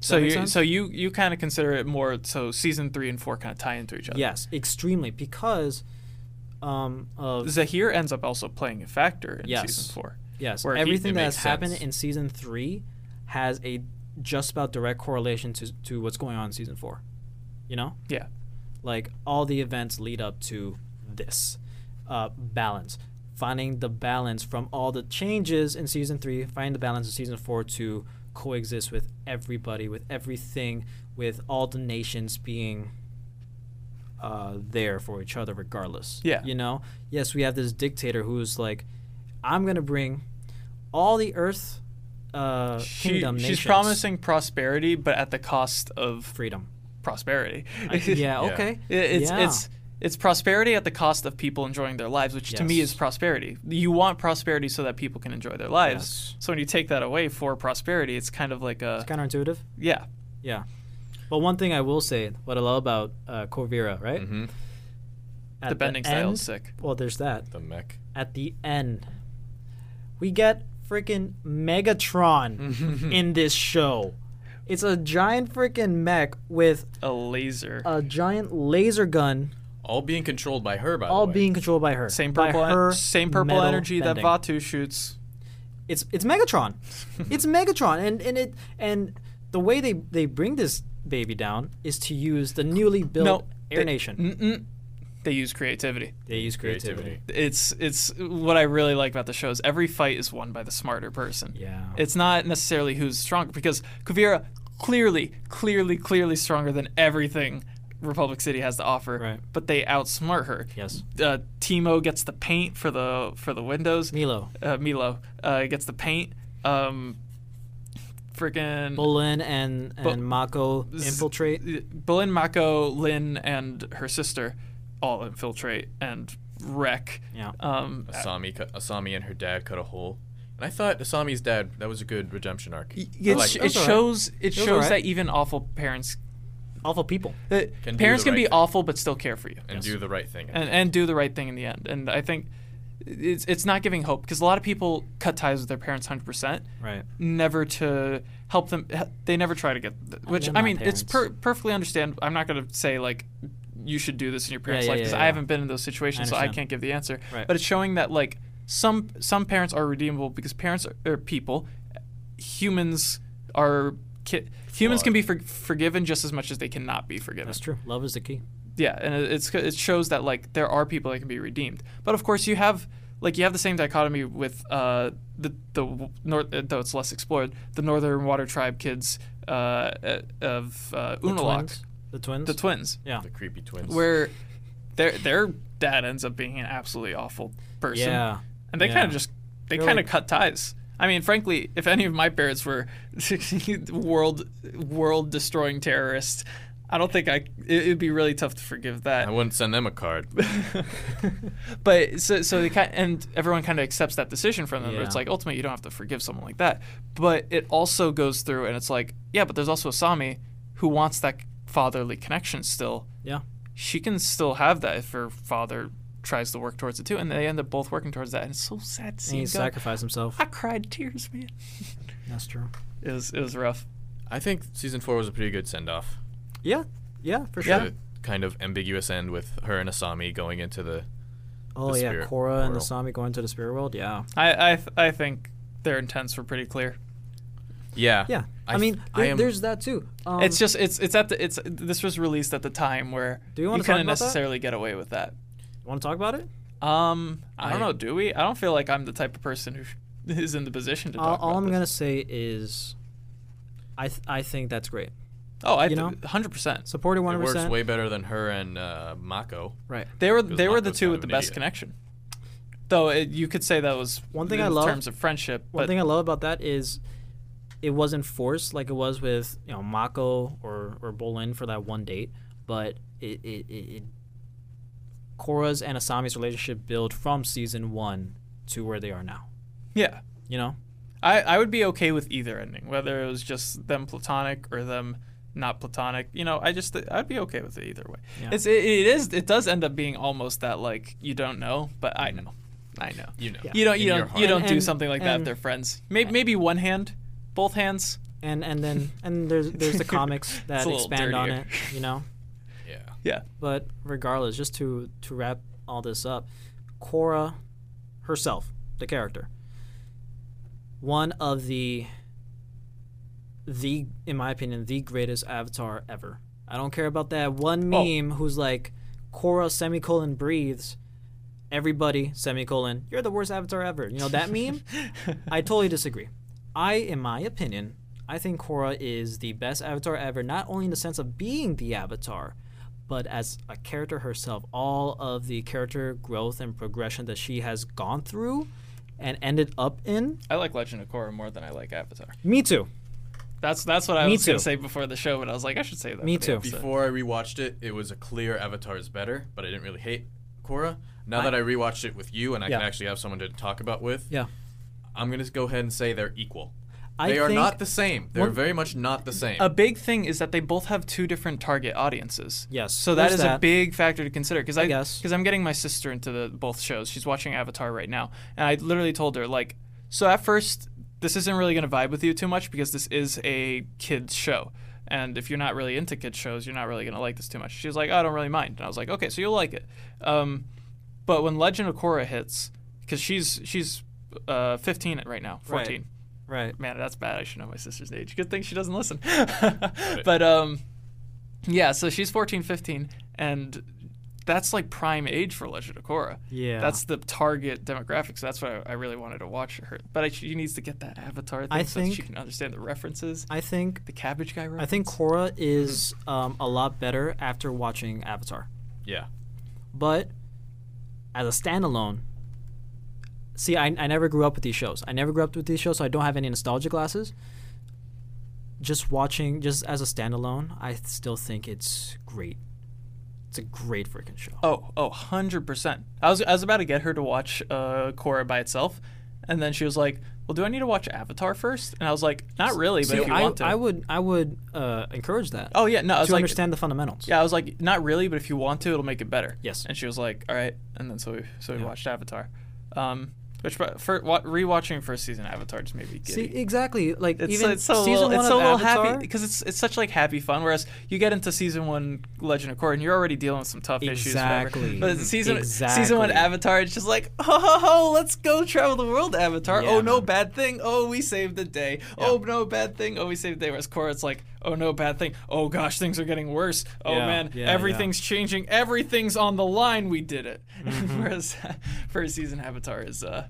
[SPEAKER 1] So
[SPEAKER 2] make
[SPEAKER 1] you
[SPEAKER 2] sense?
[SPEAKER 1] so you you kind of consider it more so season three and four kind of tie into each other.
[SPEAKER 2] Yes, extremely because um of
[SPEAKER 1] Zahir ends up also playing a factor in
[SPEAKER 2] Yes.
[SPEAKER 1] season four.
[SPEAKER 2] yes,
[SPEAKER 1] where he-
[SPEAKER 2] everything
[SPEAKER 4] it
[SPEAKER 2] that has
[SPEAKER 4] makes
[SPEAKER 2] happened
[SPEAKER 4] sense.
[SPEAKER 2] in season three has a just about direct correlation to to what's going on in season four. You know?
[SPEAKER 1] Yeah.
[SPEAKER 2] like all the events lead up to this uh, balance finding the balance from all the changes in season three finding the balance in season four to coexist with everybody with everything with all the nations being uh, there for each other regardless
[SPEAKER 1] Yeah.
[SPEAKER 2] you know yes we have this dictator who's like i'm gonna bring all the earth uh,
[SPEAKER 1] She-
[SPEAKER 2] kingdom
[SPEAKER 1] she's
[SPEAKER 2] nations
[SPEAKER 1] promising prosperity, but at the cost of [LAUGHS]
[SPEAKER 2] freedom
[SPEAKER 1] prosperity. [LAUGHS]
[SPEAKER 2] yeah
[SPEAKER 4] Yeah.
[SPEAKER 2] okay
[SPEAKER 1] It- it's
[SPEAKER 2] Yeah.
[SPEAKER 1] it's it's prosperity at the cost of people enjoying their lives, which to me
[SPEAKER 2] Yes.
[SPEAKER 1] is prosperity. You want prosperity so that people can enjoy their lives.
[SPEAKER 2] Yes.
[SPEAKER 1] So when you take that away for prosperity, it's kind of like a
[SPEAKER 2] it's counterintuitive
[SPEAKER 1] yeah.
[SPEAKER 2] Yeah. But one thing I will say, what I love about uh, Corvira, right?
[SPEAKER 4] Mhm.
[SPEAKER 2] At
[SPEAKER 1] Mm-hmm. the bending style is sick.
[SPEAKER 2] Well, there's that.
[SPEAKER 4] The mech.
[SPEAKER 2] At the end, we get freaking
[SPEAKER 1] [LAUGHS]
[SPEAKER 2] Megatron in this show. It's a giant freaking mech with
[SPEAKER 1] A laser.
[SPEAKER 2] a giant laser gun,
[SPEAKER 4] All being controlled by her, by
[SPEAKER 2] all
[SPEAKER 4] the way.
[SPEAKER 2] being controlled by her.
[SPEAKER 1] same
[SPEAKER 2] by
[SPEAKER 1] purple, en-
[SPEAKER 2] her
[SPEAKER 1] same purple
[SPEAKER 2] metal
[SPEAKER 1] energy
[SPEAKER 2] bending.
[SPEAKER 1] that Vatu shoots.
[SPEAKER 2] it's it's
[SPEAKER 1] [LAUGHS]
[SPEAKER 2] Megatron. it's Megatron, and and it and the way they they bring this baby down is to use the newly built
[SPEAKER 1] No,
[SPEAKER 2] Air
[SPEAKER 1] they-
[SPEAKER 2] Nation.
[SPEAKER 1] Mm-mm. They use creativity.
[SPEAKER 2] They use creativity.
[SPEAKER 4] creativity.
[SPEAKER 1] It's it's what I really like about the show is every fight is won by the smarter person.
[SPEAKER 2] Yeah.
[SPEAKER 1] It's not necessarily who's stronger because Kuvira clearly, clearly, clearly stronger than everything Republic City has to offer.
[SPEAKER 2] Right.
[SPEAKER 1] But they outsmart her.
[SPEAKER 2] Yes.
[SPEAKER 1] Uh, Timo gets the paint for the for the windows.
[SPEAKER 2] Milo,
[SPEAKER 1] uh, Milo uh, gets the paint. Um, freaking
[SPEAKER 2] Bolin, and and Mako infiltrate.
[SPEAKER 1] Bolin, Mako, Lin, and her sister all infiltrate and wreck.
[SPEAKER 2] Yeah.
[SPEAKER 1] Um,
[SPEAKER 4] Asami, cut, Asami and her dad cut a hole, and I thought Asami's dad that was a good redemption arc. I
[SPEAKER 1] it,
[SPEAKER 4] liked
[SPEAKER 1] sh-
[SPEAKER 4] that.
[SPEAKER 1] it
[SPEAKER 2] That's all right.
[SPEAKER 1] shows it
[SPEAKER 2] all
[SPEAKER 1] shows
[SPEAKER 2] right.
[SPEAKER 1] that even awful parents
[SPEAKER 2] Awful people.
[SPEAKER 1] that
[SPEAKER 4] Can do
[SPEAKER 1] Uh, parents
[SPEAKER 4] the
[SPEAKER 1] can
[SPEAKER 4] right
[SPEAKER 1] be
[SPEAKER 4] thing.
[SPEAKER 1] awful but still care for you
[SPEAKER 4] and do the right thing.
[SPEAKER 1] and, and do the right thing in the end. And I think it's it's not giving hope because a lot of people cut ties with their parents 100%,
[SPEAKER 2] Right.
[SPEAKER 1] never to help them. They never try to get, which
[SPEAKER 2] love
[SPEAKER 1] I
[SPEAKER 2] my
[SPEAKER 1] mean, it's per-
[SPEAKER 2] parents.
[SPEAKER 1] perfectly understand. I'm not going to say like you should do this in your parents'
[SPEAKER 2] yeah,
[SPEAKER 1] life
[SPEAKER 2] yeah,
[SPEAKER 1] because I
[SPEAKER 2] yeah.
[SPEAKER 1] haven't been in those situations, so I
[SPEAKER 2] understand.
[SPEAKER 1] can't give the answer.
[SPEAKER 2] Right.
[SPEAKER 1] But it's showing that like some some parents are redeemable because parents are, are people, humans are. Ki- humans can be for- forgiven just as much as they cannot be forgiven.
[SPEAKER 2] That's true. Love is the key.
[SPEAKER 1] Yeah, and it- it's it shows that like there are people that can be redeemed, but of course you have like you have the same dichotomy with uh, the the w- north, uh, though it's less explored, the Northern Water Tribe kids uh, uh, of uh,
[SPEAKER 2] The
[SPEAKER 1] Unalaq,
[SPEAKER 2] twins? The twins.
[SPEAKER 1] the twins,
[SPEAKER 2] Yeah.
[SPEAKER 4] The creepy twins.
[SPEAKER 1] where their their dad ends up being an absolutely awful person,
[SPEAKER 2] Yeah.
[SPEAKER 1] and they
[SPEAKER 2] yeah.
[SPEAKER 1] kind of just they
[SPEAKER 2] You're
[SPEAKER 1] kind of
[SPEAKER 2] like-
[SPEAKER 1] cut ties. I mean, frankly, if any of my parents were [LAUGHS] world world destroying terrorists, I don't think I it would be really tough to forgive that.
[SPEAKER 4] I wouldn't send them a card.
[SPEAKER 2] [LAUGHS]
[SPEAKER 1] but so so they kind and everyone kind of accepts that decision from them. but It's
[SPEAKER 2] Yeah.
[SPEAKER 1] like ultimately you don't have to forgive someone like that. But it also goes through and it's like yeah, but there's also a Sami who wants that fatherly connection still.
[SPEAKER 2] Yeah.
[SPEAKER 1] She can still have that if her father tries to work towards it too, and they end up both working towards that. And it's so sad to
[SPEAKER 2] And
[SPEAKER 1] see.
[SPEAKER 2] he
[SPEAKER 1] him go.
[SPEAKER 2] sacrificed himself.
[SPEAKER 1] I cried tears, man.
[SPEAKER 2] That's true.
[SPEAKER 1] It was it was rough.
[SPEAKER 4] I think season four was a pretty good send off.
[SPEAKER 2] Yeah. Yeah, for sure.
[SPEAKER 1] Yeah.
[SPEAKER 4] The kind of ambiguous end with her and Asami going into the.
[SPEAKER 2] Oh
[SPEAKER 4] The
[SPEAKER 2] yeah,
[SPEAKER 4] spirit
[SPEAKER 2] Korra and the
[SPEAKER 4] world.
[SPEAKER 2] Sami going to the spirit world. Yeah.
[SPEAKER 1] I I th- I think their intents were pretty clear.
[SPEAKER 4] Yeah.
[SPEAKER 2] Yeah. I,
[SPEAKER 4] th-
[SPEAKER 2] mean,
[SPEAKER 4] I
[SPEAKER 2] there-
[SPEAKER 4] am,
[SPEAKER 2] there's that too. Um,
[SPEAKER 1] it's just it's it's at the it's this was released at the time where
[SPEAKER 2] Do you wanna
[SPEAKER 1] you
[SPEAKER 2] talk
[SPEAKER 1] couldn't
[SPEAKER 2] about that?
[SPEAKER 1] necessarily get away with that.
[SPEAKER 2] want to talk about it?
[SPEAKER 1] Um, I, don't
[SPEAKER 4] I-
[SPEAKER 1] know. Do we? I don't feel like I'm the type of person who [LAUGHS] sh- is in the position to
[SPEAKER 2] All,
[SPEAKER 1] talk
[SPEAKER 2] all
[SPEAKER 1] about
[SPEAKER 2] I'm
[SPEAKER 1] this.
[SPEAKER 2] gonna say is, I th- I think that's great.
[SPEAKER 1] Oh, I
[SPEAKER 2] you know?
[SPEAKER 1] hundred percent.
[SPEAKER 2] Supported
[SPEAKER 4] it
[SPEAKER 2] one
[SPEAKER 4] works
[SPEAKER 2] percent.
[SPEAKER 4] way better than her and uh, Mako.
[SPEAKER 2] Right.
[SPEAKER 1] They were
[SPEAKER 4] Because
[SPEAKER 1] they were the
[SPEAKER 4] Marco's
[SPEAKER 1] two
[SPEAKER 4] kind
[SPEAKER 1] with
[SPEAKER 4] of
[SPEAKER 1] the
[SPEAKER 4] an
[SPEAKER 1] best
[SPEAKER 4] idiot.
[SPEAKER 1] connection. Though it, you could say that was
[SPEAKER 2] One thing
[SPEAKER 1] in
[SPEAKER 2] I love-
[SPEAKER 1] terms of friendship.
[SPEAKER 2] One
[SPEAKER 1] but
[SPEAKER 2] thing I love about that is, it wasn't forced like it was with you know Mako or or Bolin for that one date, but it it, it, it Korra's and Asami's relationship build from season one to where they are now.
[SPEAKER 1] yeah,
[SPEAKER 2] You know.
[SPEAKER 1] I I would be okay with either ending, whether it was just them platonic or them not platonic. You know, I just I'd be okay with it either way.
[SPEAKER 2] Yeah.
[SPEAKER 1] It's it, it is it does end up being almost that like you don't know, but I know, I know.
[SPEAKER 4] You know.
[SPEAKER 1] You don't
[SPEAKER 4] in
[SPEAKER 1] you
[SPEAKER 4] your
[SPEAKER 1] don't
[SPEAKER 4] heart.
[SPEAKER 1] you don't do
[SPEAKER 2] And-
[SPEAKER 1] something like that
[SPEAKER 2] and-
[SPEAKER 1] if they're friends. Maybe maybe one hand, both hands.
[SPEAKER 2] And and then and there's there's
[SPEAKER 1] [LAUGHS]
[SPEAKER 2] the comics that
[SPEAKER 1] little
[SPEAKER 2] expand on
[SPEAKER 1] dirtier.
[SPEAKER 2] it. You know.
[SPEAKER 4] Yeah.
[SPEAKER 1] Yeah.
[SPEAKER 2] But regardless, just to to wrap all this up, Korra herself, the character, one of the the in my opinion the greatest avatar ever. I don't care about that one
[SPEAKER 1] Oh.
[SPEAKER 2] meme who's like Korra semicolon breathes. Everybody semicolon you're the worst avatar ever. You know that meme? I totally disagree. I, in my opinion, I think Korra is the best Avatar ever, not only in the sense of being the Avatar, but as a character herself. All of the character growth and progression that she has gone through and ended up in.
[SPEAKER 1] I like Legend of Korra more than I like Avatar.
[SPEAKER 2] Me too.
[SPEAKER 1] That's that's what I
[SPEAKER 2] Me
[SPEAKER 1] was gonna
[SPEAKER 2] too.
[SPEAKER 1] say before the show, but I was like, I should say that.
[SPEAKER 2] Me
[SPEAKER 1] for the
[SPEAKER 2] too.
[SPEAKER 1] episode.
[SPEAKER 4] Before I rewatched it, it was a clear Avatar is better, but I didn't really hate Korra. Now that I rewatched it with you and I
[SPEAKER 2] Yeah.
[SPEAKER 4] can actually have someone to talk about with,
[SPEAKER 2] Yeah.
[SPEAKER 4] I'm going to go ahead and say they're equal.
[SPEAKER 2] I
[SPEAKER 4] they are
[SPEAKER 2] think-
[SPEAKER 4] not the same. They're very much not the same.
[SPEAKER 1] A big thing is that they both have two different target audiences.
[SPEAKER 2] Yes,
[SPEAKER 1] So that
[SPEAKER 2] there's
[SPEAKER 1] is a
[SPEAKER 2] that.
[SPEAKER 1] big factor to consider because I
[SPEAKER 2] guess.
[SPEAKER 1] because I'm getting my sister into the both shows. She's watching Avatar right now, and I literally told her like, so at first this isn't really gonna vibe with you too much because this is a kids show, and if you're not really into kids shows, you're not really gonna like this too much. She was like, "Oh, I don't really mind, and I was like, okay, so you'll like it. Um, but when Legend of Korra hits, because she's she's uh, 15 right now, 14
[SPEAKER 2] Right.
[SPEAKER 1] man, that's bad. I should know my sister's age. Good thing she doesn't listen. [LAUGHS] but um, yeah, so she's 14, 15, and that's like prime age for Legend of Korra.
[SPEAKER 2] Yeah.
[SPEAKER 1] that's the target demographic. So that's why I really wanted to watch her. But I, she needs to get that avatar thing
[SPEAKER 2] I
[SPEAKER 1] so that she
[SPEAKER 2] think-
[SPEAKER 1] can understand the references.
[SPEAKER 2] I think
[SPEAKER 1] the Cabbage Guy reference.
[SPEAKER 2] I think Korra is um, a lot better after watching Avatar.
[SPEAKER 4] yeah.
[SPEAKER 2] but as a standalone see I, I never grew up with these shows i never grew up with these shows so i don't have any nostalgia glasses just watching just as a standalone i th- still think it's great it's a great freaking show
[SPEAKER 1] Oh, oh, 100%. I was, I was about to get her to watch uh, Korra by itself, and then she was like, well, do I need to watch Avatar first? And I was like, not really, but
[SPEAKER 2] See,
[SPEAKER 1] if you
[SPEAKER 2] I,
[SPEAKER 1] want to.
[SPEAKER 2] I would i would uh, encourage that
[SPEAKER 1] oh, yeah, no, I was
[SPEAKER 2] to
[SPEAKER 1] like,
[SPEAKER 2] understand the fundamentals
[SPEAKER 1] Yeah, I was like, not really, but if you want to, it'll make it better.
[SPEAKER 2] Yes.
[SPEAKER 1] And she was like, all right. And then so we so we watched Avatar, um, which but for wa- rewatching first season Avatar just made me
[SPEAKER 2] see
[SPEAKER 1] giddy.
[SPEAKER 2] exactly like
[SPEAKER 1] it's,
[SPEAKER 2] even
[SPEAKER 1] it's so
[SPEAKER 2] season
[SPEAKER 1] little,
[SPEAKER 2] one
[SPEAKER 1] it's
[SPEAKER 2] of
[SPEAKER 1] so little
[SPEAKER 2] Avatar,
[SPEAKER 1] happy because it's it's such like happy fun. Whereas you get into season one Legend of Korra and you're already dealing with some tough issues.
[SPEAKER 2] Exactly.
[SPEAKER 1] whatever. But it's season season
[SPEAKER 2] Exactly.
[SPEAKER 1] one Avatar, it's just like ho ho ho, let's go travel the world, Avatar.
[SPEAKER 2] Yeah,
[SPEAKER 1] oh no,
[SPEAKER 2] man.
[SPEAKER 1] bad thing. Oh we saved the day. Oh no, bad thing. Oh we saved the day. Whereas Korra, it's like oh no, bad thing. Oh gosh, things are getting worse. Oh
[SPEAKER 2] Yeah,
[SPEAKER 1] man,
[SPEAKER 2] yeah, yeah.
[SPEAKER 1] everything's changing. Everything's on the line. We did it. [LAUGHS]
[SPEAKER 2] Mm-hmm.
[SPEAKER 1] Whereas first season Avatar is uh,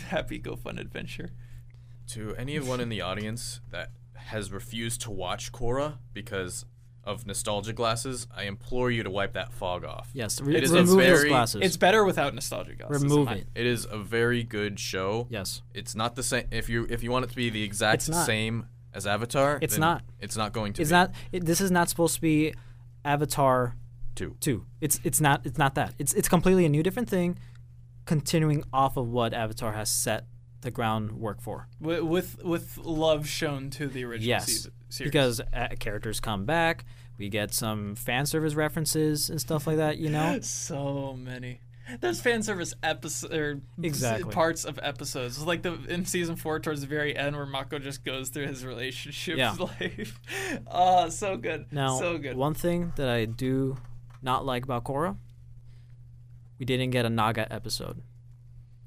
[SPEAKER 1] [LAUGHS] happy go fun adventure.
[SPEAKER 4] To anyone in the audience that has refused to watch Korra because of nostalgia glasses, I implore you to wipe that fog off.
[SPEAKER 2] Yes, re-
[SPEAKER 4] It is a
[SPEAKER 2] remove those
[SPEAKER 4] very-
[SPEAKER 2] glasses.
[SPEAKER 1] It's better without nostalgia glasses. in
[SPEAKER 2] remove
[SPEAKER 1] my-
[SPEAKER 2] it.
[SPEAKER 4] It is a very good show.
[SPEAKER 2] Yes.
[SPEAKER 4] It's not the same if you if you want it to be the exact
[SPEAKER 2] It's not.
[SPEAKER 4] same as Avatar.
[SPEAKER 2] It's
[SPEAKER 4] then
[SPEAKER 2] not.
[SPEAKER 4] It's not going to
[SPEAKER 2] It's
[SPEAKER 4] be
[SPEAKER 2] not. It, this is not supposed to be Avatar
[SPEAKER 4] two.
[SPEAKER 2] two. It's it's not it's not that. It's it's completely a new different thing, continuing off of what Avatar has set the groundwork for.
[SPEAKER 1] Wi- with with love shown to the original
[SPEAKER 2] Yes,
[SPEAKER 1] season, series.
[SPEAKER 2] because uh, characters come back. We get some fan service references and stuff like that.
[SPEAKER 4] [GASPS]
[SPEAKER 2] You know.
[SPEAKER 1] so many. There's fan service episode or
[SPEAKER 2] Exactly.
[SPEAKER 1] parts of episodes. It's like the in season four towards the very end where Mako just goes through his relationship
[SPEAKER 2] Yeah.
[SPEAKER 1] [LAUGHS] life. Oh, so good.
[SPEAKER 2] Now,
[SPEAKER 1] so good.
[SPEAKER 2] one thing that I do not like about Korra, we didn't get a Naga episode.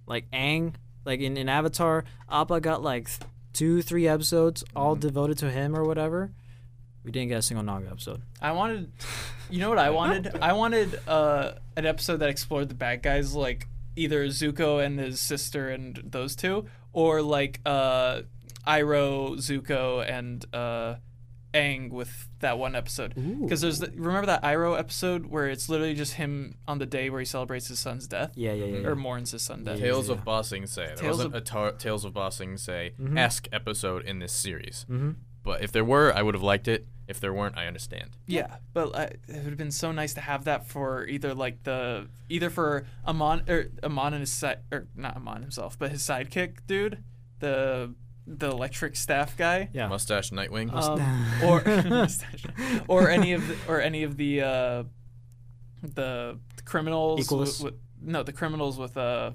[SPEAKER 2] Like Aang, like in, in Avatar, Appa got like th- two, three episodes all devoted to him or whatever. We didn't get a single Naga episode.
[SPEAKER 1] I wanted you know what I wanted? I wanted uh, an episode that explored the bad guys like either Zuko and his sister and those two or like uh Iroh, Zuko and uh Aang with that one episode. Because there's the, remember that Iroh episode where it's literally just him on the day where he celebrates his son's death?
[SPEAKER 2] Yeah, yeah, yeah. yeah.
[SPEAKER 1] Or mourns his son's death.
[SPEAKER 2] Yeah. Mm-hmm.
[SPEAKER 4] Tales of Bossing Say. There
[SPEAKER 1] Tales
[SPEAKER 4] wasn't
[SPEAKER 1] of-
[SPEAKER 4] a tar- Tales of Bossing Say esque episode in this series. Mm-hmm. But if there were, I would have liked it. If there weren't, I understand.
[SPEAKER 1] Yeah, but uh, it would have been so nice to have that for either like the either for Amon or Amon and his side or not Amon himself, but his sidekick dude, the the electric staff guy,
[SPEAKER 2] Yeah.
[SPEAKER 4] Mustache Nightwing.
[SPEAKER 2] Uh,
[SPEAKER 1] um, or [LAUGHS] or any of the, or any of the uh, the criminals.
[SPEAKER 2] Equals?
[SPEAKER 1] With, no, the criminals with uh,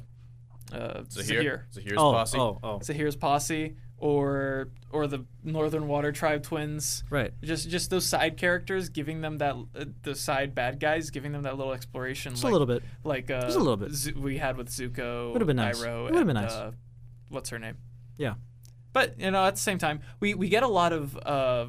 [SPEAKER 1] uh, Zahir.
[SPEAKER 4] Zahir. Zahir's
[SPEAKER 2] oh,
[SPEAKER 4] posse.
[SPEAKER 2] oh, oh.
[SPEAKER 1] Zahir's posse, or or the Northern Water Tribe twins
[SPEAKER 2] Right.
[SPEAKER 1] just just those side characters giving them that uh, the side bad guys giving them that little exploration
[SPEAKER 2] Just
[SPEAKER 1] like,
[SPEAKER 2] a little bit.
[SPEAKER 1] like uh,
[SPEAKER 2] Just a little bit.
[SPEAKER 1] Zu- we had with Zuko
[SPEAKER 2] Would've been nice.
[SPEAKER 1] Iroh,
[SPEAKER 2] Would've been
[SPEAKER 1] and,
[SPEAKER 2] nice.
[SPEAKER 1] uh, what's her name
[SPEAKER 2] Yeah.
[SPEAKER 1] but you know at the same time we we get a lot of uh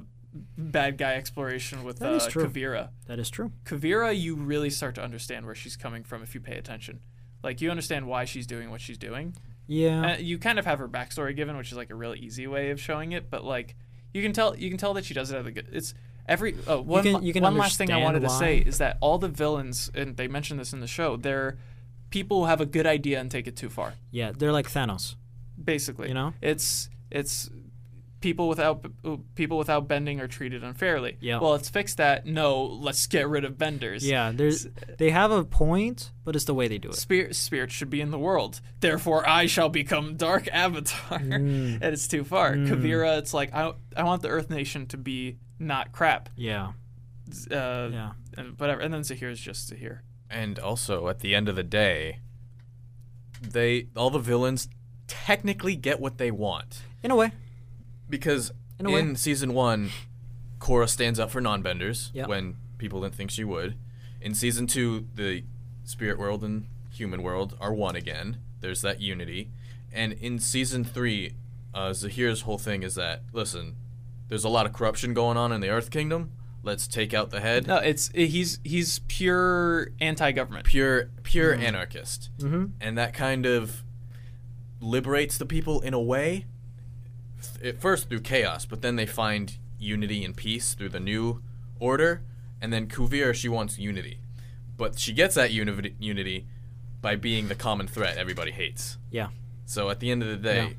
[SPEAKER 1] bad guy exploration with
[SPEAKER 2] That
[SPEAKER 1] uh,
[SPEAKER 2] is true.
[SPEAKER 1] Kavira
[SPEAKER 2] That is true.
[SPEAKER 1] Kavira you really start to understand where she's coming from if you pay attention like you understand why she's doing what she's doing
[SPEAKER 2] Yeah.
[SPEAKER 1] uh, you kind of have her backstory given, which is like a really easy way of showing it, but like you can tell you can tell that she does it out of the good. It's every oh, one
[SPEAKER 2] can- you can
[SPEAKER 1] one last thing I
[SPEAKER 2] understand
[SPEAKER 1] wanted to
[SPEAKER 2] why.
[SPEAKER 1] say is that all the villains and they mentioned this in the show, they're people who have a good idea and take it too far.
[SPEAKER 2] yeah. They're like Thanos.
[SPEAKER 1] Basically,
[SPEAKER 2] You know?
[SPEAKER 1] it's it's people without people without bending are treated unfairly.
[SPEAKER 2] Yeah.
[SPEAKER 1] Well, let's fix that. No, let's get rid of benders.
[SPEAKER 2] Yeah. There's they have a point, but it's the way they do it.
[SPEAKER 1] Spirit, spirit should be in the world. Therefore, I shall become Dark [LAUGHS] Avatar.
[SPEAKER 2] Mm.
[SPEAKER 1] and it's too far. Kavira, it's like I, I want the Earth Nation to be not crap.
[SPEAKER 2] Yeah.
[SPEAKER 1] Z- Uh,
[SPEAKER 2] Yeah.
[SPEAKER 1] And whatever. And then Zahir is just Zahir.
[SPEAKER 4] And also, at the end of the day, they all the villains technically get what they want
[SPEAKER 2] In a way.
[SPEAKER 4] because
[SPEAKER 2] In
[SPEAKER 4] in,
[SPEAKER 2] a way.
[SPEAKER 4] season one, Korra stands up for non-benders
[SPEAKER 2] Yeah.
[SPEAKER 4] when people didn't think she would. In season two, the spirit world and human world are one again. There's that unity, and in season three, uh, Zahir's whole thing is that listen, there's a lot of corruption going on in the Earth Kingdom. Let's take out the head.
[SPEAKER 1] No, it's he's he's pure anti-government.
[SPEAKER 4] pure pure anarchist
[SPEAKER 2] Mm-hmm.
[SPEAKER 4] and that kind of liberates the people in a way at first through chaos but then they find unity and peace through the new order and then kuvir she wants unity but she gets that univ- unity by being the common threat everybody hates
[SPEAKER 2] Yeah.
[SPEAKER 4] so at the end of the day
[SPEAKER 2] Yeah.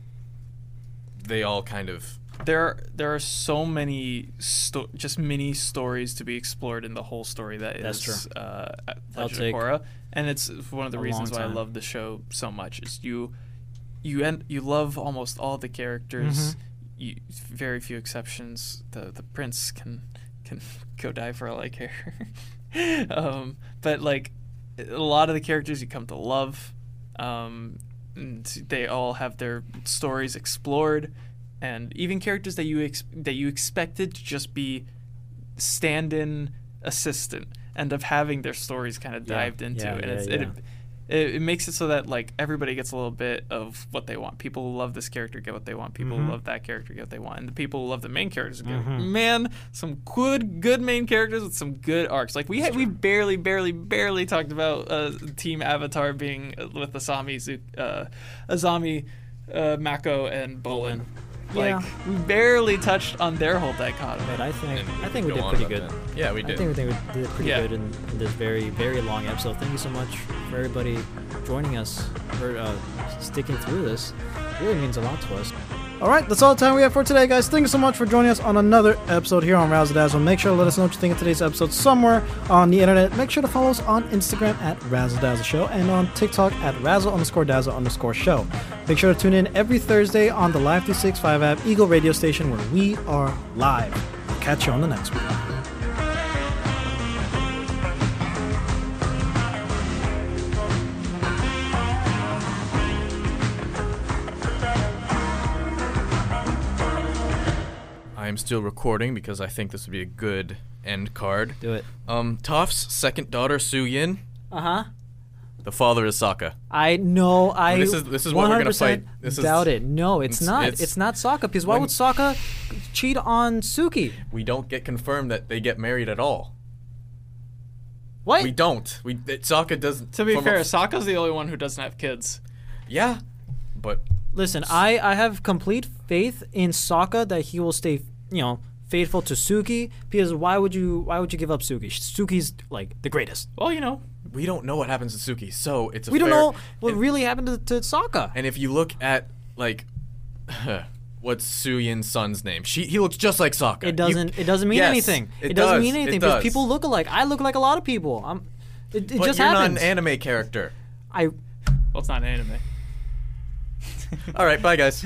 [SPEAKER 4] they all kind of
[SPEAKER 1] There there are so many sto- just mini stories to be explored in the whole story that
[SPEAKER 2] That's
[SPEAKER 1] is, uh, Legend
[SPEAKER 2] take
[SPEAKER 1] of Korra, and it's one of the
[SPEAKER 2] a
[SPEAKER 1] reasons
[SPEAKER 2] long
[SPEAKER 1] why I
[SPEAKER 2] time.
[SPEAKER 1] love the show so much. Is you you end you love almost all the characters.
[SPEAKER 2] Mm-hmm.
[SPEAKER 1] You, very few exceptions. The the prince can can [LAUGHS] go die for all I care. [LAUGHS] um, but like a lot of the characters you come to love, um, and they all have their stories explored, and even characters that you ex- that you expected to just be stand-in assistant end up having their stories kind of dived into,
[SPEAKER 2] yeah,
[SPEAKER 1] and
[SPEAKER 2] yeah,
[SPEAKER 1] it's,
[SPEAKER 2] yeah.
[SPEAKER 1] It, it, it makes it so that like everybody gets a little bit of what they want. People who love this character get what they want. People who love that character get what they want, and the people who love the main characters get man some good good main characters with some good arcs. Like we had, we barely barely barely talked about uh, Team Avatar being with Asami Zu- uh, Azami, uh, Mako, and Bolin. Like we barely touched on their whole dichotomy.
[SPEAKER 2] But I think
[SPEAKER 4] And
[SPEAKER 2] I think we
[SPEAKER 4] could
[SPEAKER 2] did
[SPEAKER 4] go on
[SPEAKER 2] pretty good.
[SPEAKER 4] about that. Yeah, we
[SPEAKER 2] I
[SPEAKER 4] did.
[SPEAKER 2] think we think we did pretty
[SPEAKER 1] Yeah.
[SPEAKER 2] good in, in this very very long episode. Thank you so much for everybody joining us for uh, sticking through this. It really means a lot to us.
[SPEAKER 3] All right, that's all the time we have for today, guys. Thank you so much for joining us on another episode here on Razzle Dazzle. Make sure to let us know what you think of today's episode somewhere on the internet. Make sure to follow us on Instagram at Razzle Dazzle Show and on TikTok at Razzle underscore Dazzle underscore Show. Make sure to tune in every Thursday on the Live 365 app Eagle radio station where we are live. We'll catch you on the next one.
[SPEAKER 4] I am still recording because I think this would be a good end card.
[SPEAKER 2] Do it.
[SPEAKER 4] Um, Toph's second daughter, Su Yin.
[SPEAKER 2] Uh huh.
[SPEAKER 4] The father is Sokka.
[SPEAKER 2] I know. I
[SPEAKER 4] this is- this is what we're gonna
[SPEAKER 2] 100%
[SPEAKER 4] fight. This is-
[SPEAKER 2] doubt it. No, it's,
[SPEAKER 4] it's-
[SPEAKER 2] not. It's,
[SPEAKER 4] it's-
[SPEAKER 2] not Sokka because why
[SPEAKER 4] when-
[SPEAKER 2] would Sokka cheat on Suki?
[SPEAKER 4] We don't get confirmed that they get married at all.
[SPEAKER 2] What?
[SPEAKER 4] We don't. We that Sokka doesn't.
[SPEAKER 1] To be
[SPEAKER 4] from a-
[SPEAKER 1] fair, Sokka's the only one who doesn't have kids.
[SPEAKER 4] yeah, but
[SPEAKER 2] Listen, I, I have complete faith in Sokka that he will stay, you know, faithful to Suki. Because why would you why would you give up Suki? Suki's like the greatest.
[SPEAKER 1] Well, you know,
[SPEAKER 4] we don't know what happens to Suki, so it's a
[SPEAKER 2] We don't
[SPEAKER 4] fair-
[SPEAKER 2] know what
[SPEAKER 4] and,
[SPEAKER 2] really happened to, to Sokka.
[SPEAKER 4] and if you look at like, [SIGHS] what's Su Yin's son's name? She he looks just like Sokka. You-
[SPEAKER 2] It doesn't it doesn't mean
[SPEAKER 4] Yes,
[SPEAKER 2] anything.
[SPEAKER 4] It,
[SPEAKER 2] doesn't
[SPEAKER 4] does,
[SPEAKER 2] mean
[SPEAKER 4] it
[SPEAKER 2] anything because
[SPEAKER 4] does.
[SPEAKER 2] people look alike. I look like a lot of people. I'm it, it
[SPEAKER 4] But
[SPEAKER 2] just
[SPEAKER 4] you're
[SPEAKER 2] happens.
[SPEAKER 4] not an anime character.
[SPEAKER 2] I
[SPEAKER 1] well, it's not an anime.
[SPEAKER 2] [LAUGHS]
[SPEAKER 4] All right, bye guys.